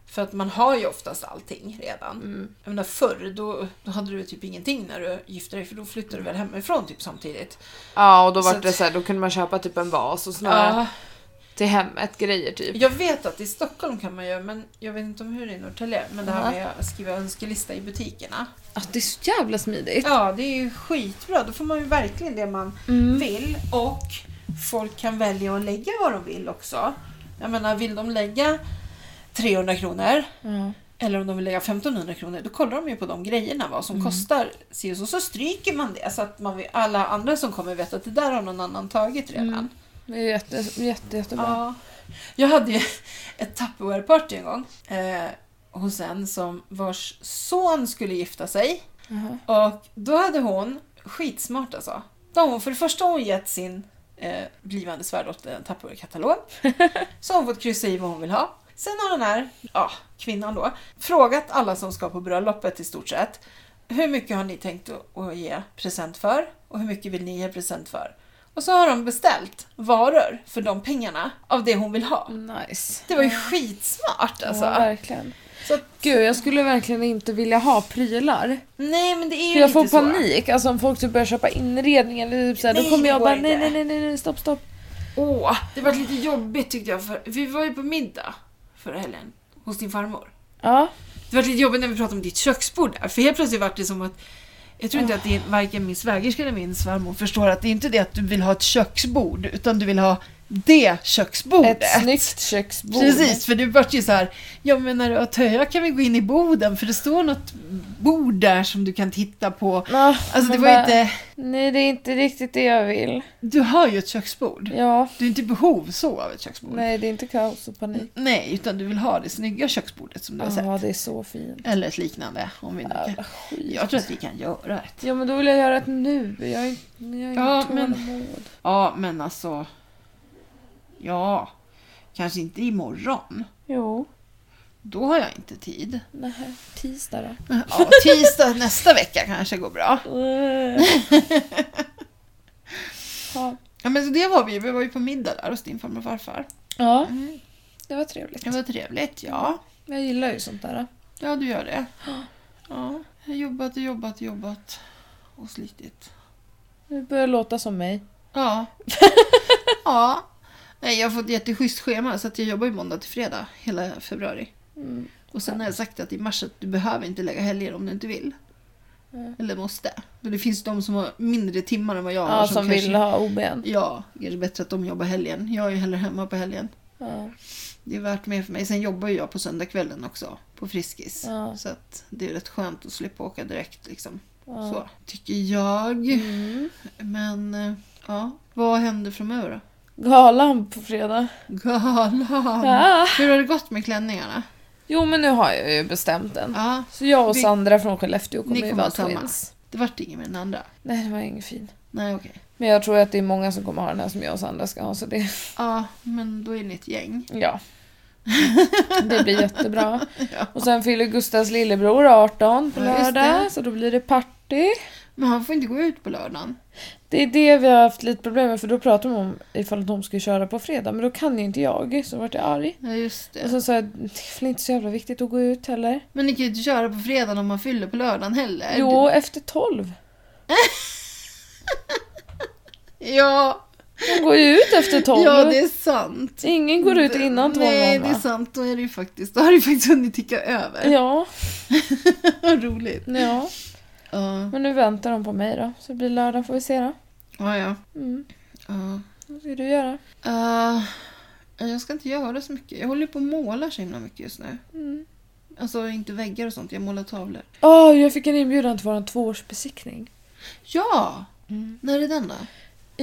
Speaker 1: För att man har ju oftast allting redan.
Speaker 3: Mm.
Speaker 1: Jag menar förr, då, då hade du typ ingenting när du gifte dig för då flyttade du väl hemifrån typ samtidigt.
Speaker 3: ja, och då var
Speaker 1: Så
Speaker 3: det
Speaker 1: att-
Speaker 3: så här, då kunde man köpa typ en vas och såna här till hemmet grejer typ.
Speaker 1: Jag vet att i Stockholm kan man ju, men jag vet inte om hur det är i Norrtälje, men det här med att skriva önskelista i butikerna.
Speaker 3: Ja, det är så jävla smidigt.
Speaker 1: Ja, det är ju skitbra. Då får man ju verkligen det man vill och folk kan välja att lägga vad de vill också. Jag menar, vill de lägga 300 kronor
Speaker 4: Mm.
Speaker 1: eller om de vill lägga 1500 kronor, då kollar de ju på de grejerna vad som kostar. Si och så, så stryker man det så att man vill, alla andra som kommer vet att det där har någon annan tagit redan.
Speaker 3: Det är jätte, jätte, jättebra.
Speaker 1: Ja. Jag hade ju ett Tupperware-party en gång eh, hos en som vars son skulle gifta sig.
Speaker 3: Jaha.
Speaker 1: Och då hade hon, skitsmart alltså, då har hon, för det första har hon gett sin eh, blivande svärdotter en Tupperware-katalog. så har hon fått kryssa i vad hon vill ha. Sen har den här ja, kvinnan då frågat alla som ska på bröllopet i stort sett. Hur mycket har ni tänkt att- att ge present för? Och hur mycket vill ni ge present för? Och så har de beställt varor för de pengarna av det hon vill ha.
Speaker 3: Nice.
Speaker 1: Det var ju skitsmart alltså.
Speaker 3: Ja, verkligen.
Speaker 1: Så att-
Speaker 3: Gud, jag skulle verkligen inte vilja ha prylar.
Speaker 1: nej men det är ju
Speaker 3: För jag får
Speaker 1: lite så.
Speaker 3: panik. Alltså om folk typ börjar köpa inredning eller typ så här, då
Speaker 1: Nej,
Speaker 3: kommer
Speaker 1: det
Speaker 3: jag
Speaker 1: går
Speaker 3: bara
Speaker 1: inte.
Speaker 3: nej, nej, nej, nej, nej, stopp, stopp.
Speaker 1: Åh, det var lite jobbigt tyckte jag. För vi var ju på middag förra helgen hos din farmor.
Speaker 3: Ja,
Speaker 1: Det var lite jobbigt när vi pratade om ditt köksbord där, för helt plötsligt var det som att jag tror inte att din, varken min svägerska eller min svärmor förstår att det är inte det att du vill ha ett köksbord, utan du vill ha det köksbordet.
Speaker 3: Ett snyggt köksbord.
Speaker 1: Precis, för det vart ju så här, ja men när du har töja kan vi gå in i boden, för det står något bord där som du kan titta på.
Speaker 3: Ah,
Speaker 1: Alltså det
Speaker 3: men
Speaker 1: var ju
Speaker 3: bara-
Speaker 1: inte,
Speaker 3: Nej, det är inte riktigt det jag vill.
Speaker 1: du har ju ett köksbord.
Speaker 3: Ja.
Speaker 1: Du är inte i behov så av ett köksbord.
Speaker 3: Nej, det är inte kaos och panik.
Speaker 1: Nej, utan du vill ha det snygga köksbordet som du Mm. har sett.
Speaker 3: Ja, det är så fint.
Speaker 1: Eller ett liknande. Om vi nu
Speaker 3: Ja,
Speaker 1: kan. Jag tror att vi kan göra ett.
Speaker 3: Ja, men då vill jag göra det nu. Jag har inte
Speaker 1: Ja, men-
Speaker 3: tålamod.
Speaker 1: Ja, men alltså. Ja, kanske inte imorgon.
Speaker 3: Jo.
Speaker 1: Då har jag inte tid.
Speaker 3: Nej, tisdag då.
Speaker 1: Ja, tisdag nästa vecka kanske går bra.
Speaker 3: ja.
Speaker 1: Ja, men så det var vi. Vi var ju på middag där hos din farmor och farfar.
Speaker 3: ja, Mm. det var trevligt.
Speaker 1: Det var trevligt, ja.
Speaker 3: Jag gillar ju sånt där.
Speaker 1: Ja, du gör det. Ja, jag har jobbat och jobbat och jobbat. Och slitit.
Speaker 3: Nu börjar det låta som mig.
Speaker 1: Ja. ja. Nej, jag har fått ett jätteschysst schema så att jag jobbar ju måndag till fredag hela februari.
Speaker 3: Mm.
Speaker 1: Och sen har jag sagt att i mars att du behöver inte lägga helger om du inte vill.
Speaker 3: Mm.
Speaker 1: Eller måste. Men det finns de som har mindre timmar än vad jag
Speaker 3: Ja,
Speaker 1: har.
Speaker 3: som, vill ha OBn.
Speaker 1: Ja, är det bättre att de jobbar helgen. Jag är ju hellre hemma på helgen.
Speaker 3: Ja.
Speaker 1: Det är värt mer för mig. Sen jobbar ju jag på söndagskvällen också. På Friskis.
Speaker 3: Ja.
Speaker 1: Så att det är rätt skönt att slippa åka direkt liksom.
Speaker 3: Ja.
Speaker 1: Så, tycker jag.
Speaker 3: Mm.
Speaker 1: Men, eh, ja. Vad händer framöver då?
Speaker 3: Galan på fredag.
Speaker 1: Galan!
Speaker 3: Ah.
Speaker 1: Hur har det gått med klänningarna?
Speaker 3: Jo, men nu har jag ju bestämt den.
Speaker 1: Ja,
Speaker 3: Så jag och
Speaker 1: Vi-
Speaker 3: Sandra från Skellefteå
Speaker 1: Ni
Speaker 3: kommer ju
Speaker 1: kommer
Speaker 3: vara
Speaker 1: samma.
Speaker 3: twins.
Speaker 1: det vart inget med den andra.
Speaker 3: Nej, det var ingen fin.
Speaker 1: Nej, okej.
Speaker 3: Men jag tror att det är många som kommer ha den här som jag och Sandra ska ha, så det...
Speaker 1: Ja, men då är ni ett gäng.
Speaker 3: Ja. Det blir jättebra.
Speaker 1: Ja.
Speaker 3: Och sen fyller Gustavs lillebror 18 på
Speaker 1: Ja, just
Speaker 3: lördag,
Speaker 1: det.
Speaker 3: så då blir det party.
Speaker 1: Men han får inte gå ut på lördagen.
Speaker 3: Det är det vi har haft lite problem med, för då pratade de om ifall att de skulle köra på fredag, men då kan ju inte jag, så vart jag arg.
Speaker 1: Ja, just
Speaker 3: Och
Speaker 1: det.
Speaker 3: sen sa jag, Alltså, det är väl inte så jävla viktigt att gå ut heller.
Speaker 1: Men ni kan ju inte köra på fredagen om man fyller på lördagen heller.
Speaker 3: Jo, efter 12.
Speaker 1: Ja,
Speaker 3: De går ju ut efter 12.
Speaker 1: ja, det är sant.
Speaker 3: Ingen går ut innan 12
Speaker 1: Nej, det
Speaker 3: mamma.
Speaker 1: är sant. Då, är det ju faktiskt, då har det ju faktiskt hunnit ticka över.
Speaker 3: Ja,
Speaker 1: Vad roligt.
Speaker 3: ja.
Speaker 1: Ja,
Speaker 3: Men nu väntar de på mig då, så det blir lördag får vi se då.
Speaker 1: ja. ja.
Speaker 3: Mm.
Speaker 1: Ja.
Speaker 3: Vad ska du göra?
Speaker 1: Eh, jag ska inte göra så mycket. Jag håller ju på att måla så himla mycket just nu.
Speaker 3: Mm.
Speaker 1: Alltså inte väggar och sånt, jag målar tavlor.
Speaker 3: Åh, jag fick en inbjudan till vår tvåårsbesiktning.
Speaker 1: Ja!
Speaker 3: Mm.
Speaker 1: När är den då?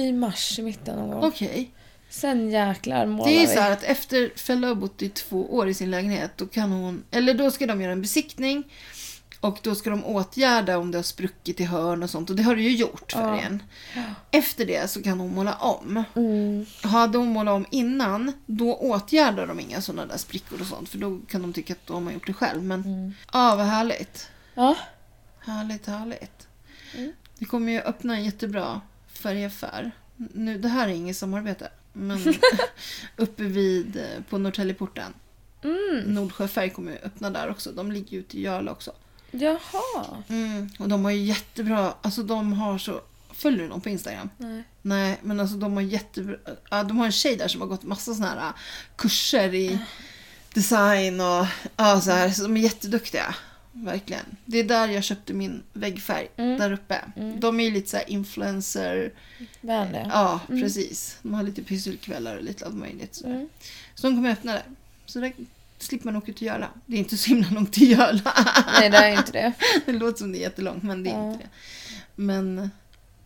Speaker 3: I mars, i mitten någon gång.
Speaker 1: Okej.
Speaker 3: Sen jäklar målar
Speaker 1: Det är ju
Speaker 3: vi.
Speaker 1: så här att efter Fella har bott i två år i sin lägenhet, då kan hon... Eller då ska de göra en besiktning. Och då ska de åtgärda om det har spruckit i hörn och sånt. Och det har det ju gjort för
Speaker 3: Ja.
Speaker 1: en. Efter det så kan hon måla om.
Speaker 3: Mm.
Speaker 1: Hade hon målat om innan, då åtgärdar de inga sådana där sprickor och sånt. För då kan de tycka att de har gjort det själv. Men ja,
Speaker 3: Mm.
Speaker 1: vad härligt.
Speaker 3: Ja,
Speaker 1: Härligt, härligt. Det kommer ju öppna en jättebra färgaffär. Nu, det här är inget samarbete, men uppe vid eh, på Norrtäljeporten. Nordsjö Färg kommer ju öppna där också. De ligger ju ute i Järla också.
Speaker 3: jaha.
Speaker 1: Mm, Och de har ju jättebra, alltså de har så... Följer du någon på Instagram?
Speaker 3: Nej.
Speaker 1: Nej, men alltså de har jättebra... Ja, de har en tjej där som har gått massa såna här äh, kurser
Speaker 3: Mm.
Speaker 1: i design och ja, så här. Så de är jätteduktiga. Verkligen. Det är där jag köpte min väggfärg.
Speaker 3: Mm.
Speaker 1: Där uppe. De är ju lite så här influencer.
Speaker 3: Vänliga.
Speaker 1: Ja, precis. De har lite pysselkvällar och lite allt möjligt. Så,
Speaker 3: Mm.
Speaker 1: så de kommer öppna där. Så där slipper man åka till Jöla. Det är inte så himla långt till Jöla.
Speaker 3: Nej, det är inte det.
Speaker 1: Det låter som det är jättelångt, men det är
Speaker 3: Ja.
Speaker 1: inte det. Men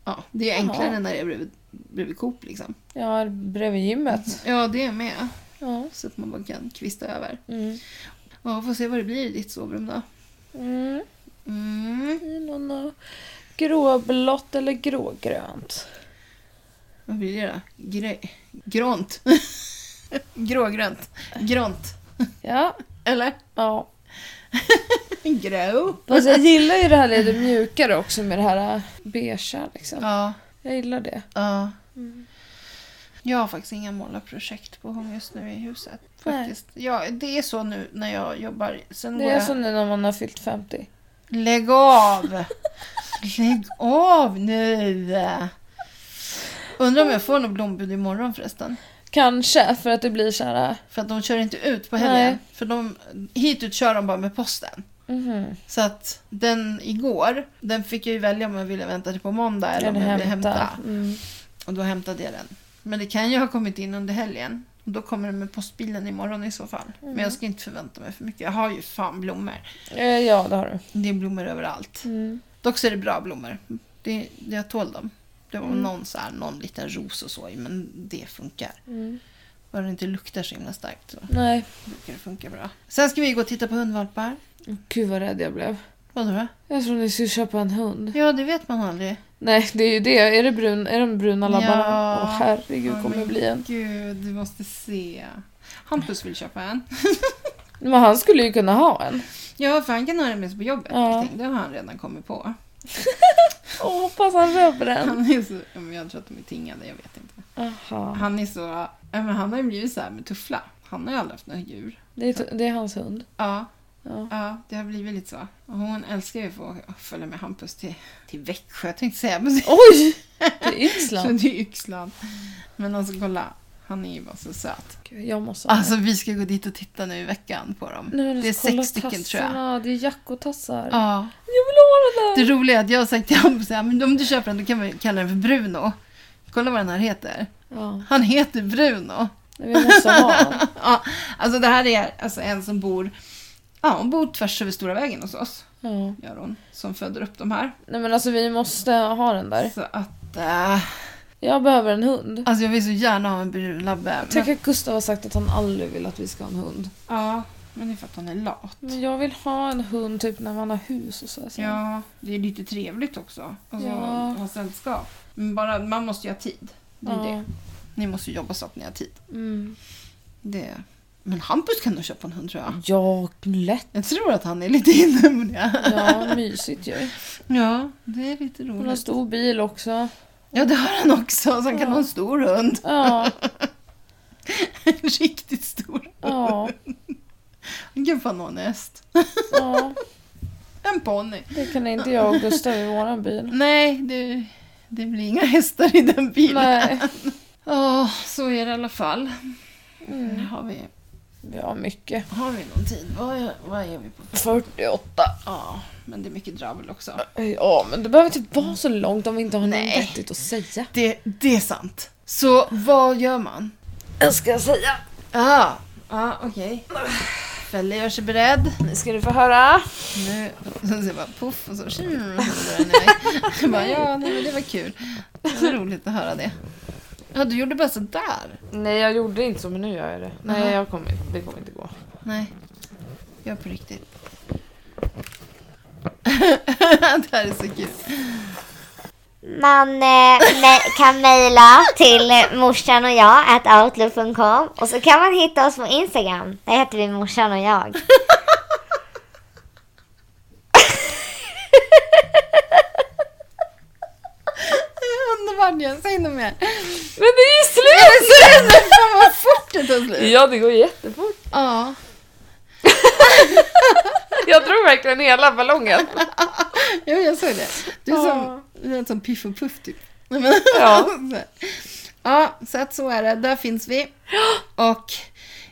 Speaker 1: ja, det är enklare när det är bredvid, bredvid Coop liksom.
Speaker 3: Ja, bredvid gymmet.
Speaker 1: Ja, det är med.
Speaker 3: Ja.
Speaker 1: Så att man bara kan kvista över.
Speaker 3: Mm.
Speaker 1: Ja, får se vad det blir i ditt sovrum då.
Speaker 3: Mm.
Speaker 1: Mm.
Speaker 3: I någon av gråblått eller grågrönt.
Speaker 1: Vad blir det då? Gre- gront. Grågrönt. Gront.
Speaker 3: Ja.
Speaker 1: Eller?
Speaker 3: Ja.
Speaker 1: Grå.
Speaker 3: Fast jag gillar ju det här lite mjukare också med det här äh, beigea liksom.
Speaker 1: Ja.
Speaker 3: Jag gillar det.
Speaker 1: Ja. Jag har faktiskt inga målarprojekt på gång just nu i huset. Faktiskt. Ja, det är så nu när jag jobbar. Sen
Speaker 3: Det
Speaker 1: går
Speaker 3: är
Speaker 1: jag...
Speaker 3: som nu när man har fyllt 50.
Speaker 1: Lägg av! Lägg av nu! Undrar om jag får något blombud imorgon förresten.
Speaker 3: Kanske, för att det blir så här... äh,
Speaker 1: För att de kör inte ut på helgen.
Speaker 3: Nej.
Speaker 1: För de, hitut kör de bara med posten. Så att den igår, den fick jag ju välja om jag ville vänta till på måndag eller om
Speaker 3: Eller
Speaker 1: jag ville
Speaker 3: hämta.
Speaker 1: hämta.
Speaker 3: Mm.
Speaker 1: Och då hämtade jag den. Men det kan ju ha kommit in under helgen. Och då kommer den med postbilen imorgon i så fall. Men jag ska inte förvänta mig för mycket. Jag har ju fan blommor.
Speaker 3: Eh, Ja, det har du.
Speaker 1: Det är blommor överallt.
Speaker 3: Mm.
Speaker 1: Dock så är det bra blommor. Det, det jag tål dem. Det var någon, så här, någon liten ros och så i, men det funkar.
Speaker 3: Mm.
Speaker 1: Bara det inte luktar så himla starkt så
Speaker 3: Nej,
Speaker 1: brukar det funka bra. Sen ska vi gå och titta på hundvalpar.
Speaker 3: gud vad rädd jag blev.
Speaker 1: Vadå då?
Speaker 3: Jag tror ni skulle köpa en hund.
Speaker 1: Ja, det vet man aldrig.
Speaker 3: Nej, det är ju det. Är, det brun, är de bruna labbarna?
Speaker 1: Ja.
Speaker 3: Åh herregud,
Speaker 1: Åh,
Speaker 3: kommer det
Speaker 1: men
Speaker 3: bli en?
Speaker 1: Gud, du måste se. Hampus vill köpa en.
Speaker 3: Men han skulle ju kunna ha en.
Speaker 1: Ja, för han kan ha den med sig på jobbet.
Speaker 3: Ja.
Speaker 1: Ja. Det har han redan kommit på.
Speaker 3: Åh, hoppas han röper den.
Speaker 1: Han är så, ja, men jag tror att de är tingade, jag vet inte.
Speaker 3: Aha.
Speaker 1: Han är så, ja, men han har ju blivit så här med Tuffla. Han har ju aldrig haft några djur.
Speaker 3: Det är, t- det är hans hund.
Speaker 1: Ja,
Speaker 3: Ja.
Speaker 1: ja, det har blivit lite så. Och hon älskar ju att få följa med Hampus till, till Växjö, jag tänkte säga. Men
Speaker 3: Oj! Det är Yxland.
Speaker 1: det är Yxland. Men alltså kolla, han är ju bara så söt.
Speaker 3: Gud, Jag måste ha
Speaker 1: Alltså vi ska gå dit och titta nu i veckan på dem.
Speaker 3: Nej, men
Speaker 1: det är
Speaker 3: alltså, kolla
Speaker 1: sex stycken tror jag.
Speaker 3: tassarna. Det är jackotassar.
Speaker 1: Ja.
Speaker 3: Jag vill ha
Speaker 1: Det
Speaker 3: den där!
Speaker 1: roliga är att jag har sagt till Hampus att om du köper den då kan vi kalla den för Bruno. Kolla vad den här heter.
Speaker 3: Ja,
Speaker 1: Han heter Bruno.
Speaker 3: nej, vi måste ha den.
Speaker 1: ja, alltså det här är alltså en som bor, ja, hon bor tvärs över stora vägen hos oss,
Speaker 3: Ja.
Speaker 1: gör hon, som föder upp de här.
Speaker 3: Nej men alltså vi måste ha den där.
Speaker 1: Så att, eh,
Speaker 3: Jag behöver en hund.
Speaker 1: alltså jag vill så gärna ha en brun labbe.
Speaker 3: Tänk
Speaker 1: Men,
Speaker 3: att Gustav har sagt att han aldrig vill att vi ska ha en hund.
Speaker 1: ja, men det är för att hon är lat.
Speaker 3: Men jag vill ha en hund typ när man har hus och så. här, så.
Speaker 1: Ja, det är lite trevligt också. Alltså,
Speaker 3: Ja.
Speaker 1: ha sällskap. Men bara, man måste ju ha tid. Det är
Speaker 3: Ja.
Speaker 1: det. Ni måste ju jobba så att ni har tid.
Speaker 3: Mm.
Speaker 1: Det. Men Hampus kan nog köpa en hund tror jag.
Speaker 3: Ja, lätt.
Speaker 1: Jag tror att han är lite inne på det.
Speaker 3: Ja, mysigt ju.
Speaker 1: Ja, det är lite
Speaker 3: Hon har en
Speaker 1: roligt.
Speaker 3: stor bil också.
Speaker 1: Ja, det har han också. Så han kan
Speaker 3: Ja.
Speaker 1: ha en stor hund.
Speaker 3: Ja,
Speaker 1: En riktigt stor.
Speaker 3: ja,
Speaker 1: Han kan fan ha en häst.
Speaker 3: ja.
Speaker 1: En ponny.
Speaker 3: Det kan inte jag och Gustav i våran bil.
Speaker 1: Nej, det, det blir inga hästar i den bilen.
Speaker 3: Nej,
Speaker 1: Ja, så är det i alla fall. Nu
Speaker 3: mm.
Speaker 1: Har, vi,
Speaker 3: vi har mycket.
Speaker 1: har vi någon tid? Vad är, vad är vi på?
Speaker 3: 48.
Speaker 1: Ja, men det är mycket dravel också.
Speaker 3: Ja, men det behöver inte vara så långt om vi inte har något
Speaker 1: Nej.
Speaker 3: vettigt att säga.
Speaker 1: Det, det är sant. Så vad gör man?
Speaker 3: Jag ska säga.
Speaker 1: Ja, ja Ah, okej. Felle gör sig beredd.
Speaker 3: Nu ska du få höra.
Speaker 1: Nu, sen så bara poff och så tjur, och så drar den iväg. Jag bara, ja, nej, men det var kul. Det var roligt att höra det. Ja, du gjorde bara sådär.
Speaker 3: Nej, jag gjorde inte så, men nu gör jag det.
Speaker 1: Aha.
Speaker 3: Nej, jag kommer, det kommer inte gå.
Speaker 1: Nej, gör på riktigt. det här är så kul.
Speaker 2: Man eh, me- kan mejla till eh, morsan och jag at outlook.com och så kan man hitta oss på Instagram. Där heter vi morsan och jag.
Speaker 1: Underbart ju, säg något mer.
Speaker 3: Men det är ju slut!
Speaker 1: Fan vad fort det tog slut.
Speaker 3: Ja, det går jättefort.
Speaker 1: Ja.
Speaker 3: Jag drog verkligen hela ballongen.
Speaker 1: Jo, jag såg det. Du är som,
Speaker 3: Ja.
Speaker 1: du lät som Piff och Puff typ. Nej, men-
Speaker 3: Ja.
Speaker 1: Så här. ja, så att så är det. Där finns vi. Och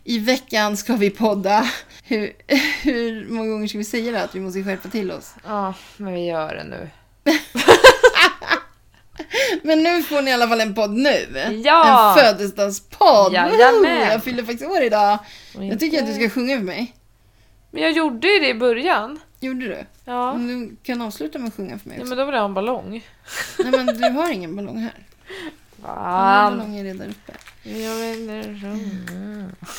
Speaker 1: i veckan ska vi podda. Hur, hur många gånger ska vi säga det? Att vi måste skärpa till oss.
Speaker 3: Ja, men vi gör det nu.
Speaker 1: Men nu får ni i alla fall en podd nu.
Speaker 3: Ja.
Speaker 1: En födelsedagspodd.
Speaker 3: Jajamän.
Speaker 1: Woho! Jag fyller faktiskt år idag.
Speaker 3: Och
Speaker 1: Jag tycker att
Speaker 3: inte-
Speaker 1: du ska sjunga för mig.
Speaker 3: Men jag gjorde ju det i början.
Speaker 1: Gjorde du?
Speaker 3: Ja.
Speaker 1: Om Du kan avsluta med att sjunga för mig
Speaker 3: Nej,
Speaker 1: också.
Speaker 3: men då vill jag ha en ballong.
Speaker 1: Nej men du har ingen ballong här. Min
Speaker 3: Fan.
Speaker 1: ballong är redan uppe.
Speaker 3: Jag vill inte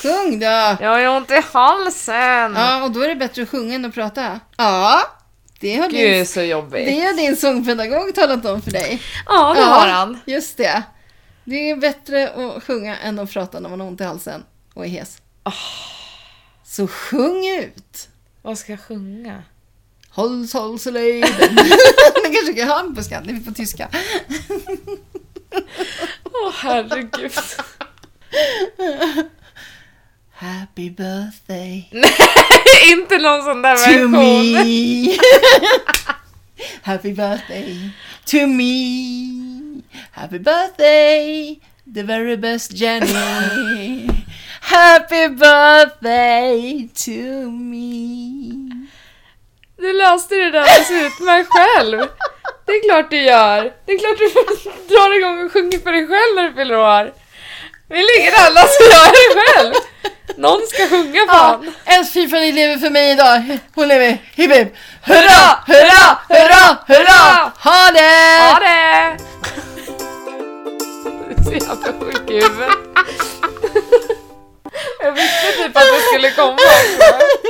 Speaker 1: Sjung då!
Speaker 3: Jag har ont i halsen.
Speaker 1: Ja, och då är det bättre att sjunga än att prata. Ja, det har, din,
Speaker 3: Gud, så jobbigt.
Speaker 1: det har din sångpedagog talat om för dig.
Speaker 3: Ja, det har han.
Speaker 1: Just det. Det är bättre att sjunga än att prata när man har ont i halsen och är hes.
Speaker 3: Ah.
Speaker 1: Så sjung ut!
Speaker 3: Vad ska jag sjunga?
Speaker 1: Håll halslöjden. Det kanske kan Hampus kan, det är på tyska.
Speaker 3: Åh, herregud.
Speaker 1: Happy birthday
Speaker 3: inte någon sån där
Speaker 1: to
Speaker 3: version.
Speaker 1: me. Happy birthday to me. Happy birthday, the very best Jenny. Happy birthday to me.
Speaker 3: Du löste det där alldeles utmärkt själv. Det är klart du gör. Det är klart du drar igång och sjunger för dig själv när du fyller år. Vi ligger alla så gör det själv. Någon ska sjunga
Speaker 1: Ja,
Speaker 3: fan.
Speaker 1: ens fyrfamilj lever för mig idag. Hon lever. Hipp hipp. Hurra, hurra, hurra, hurra! Ha
Speaker 3: Ha
Speaker 1: det!
Speaker 3: det! Du är så jävla sjuk i huvudet. Jag visste typ att det skulle komma. också.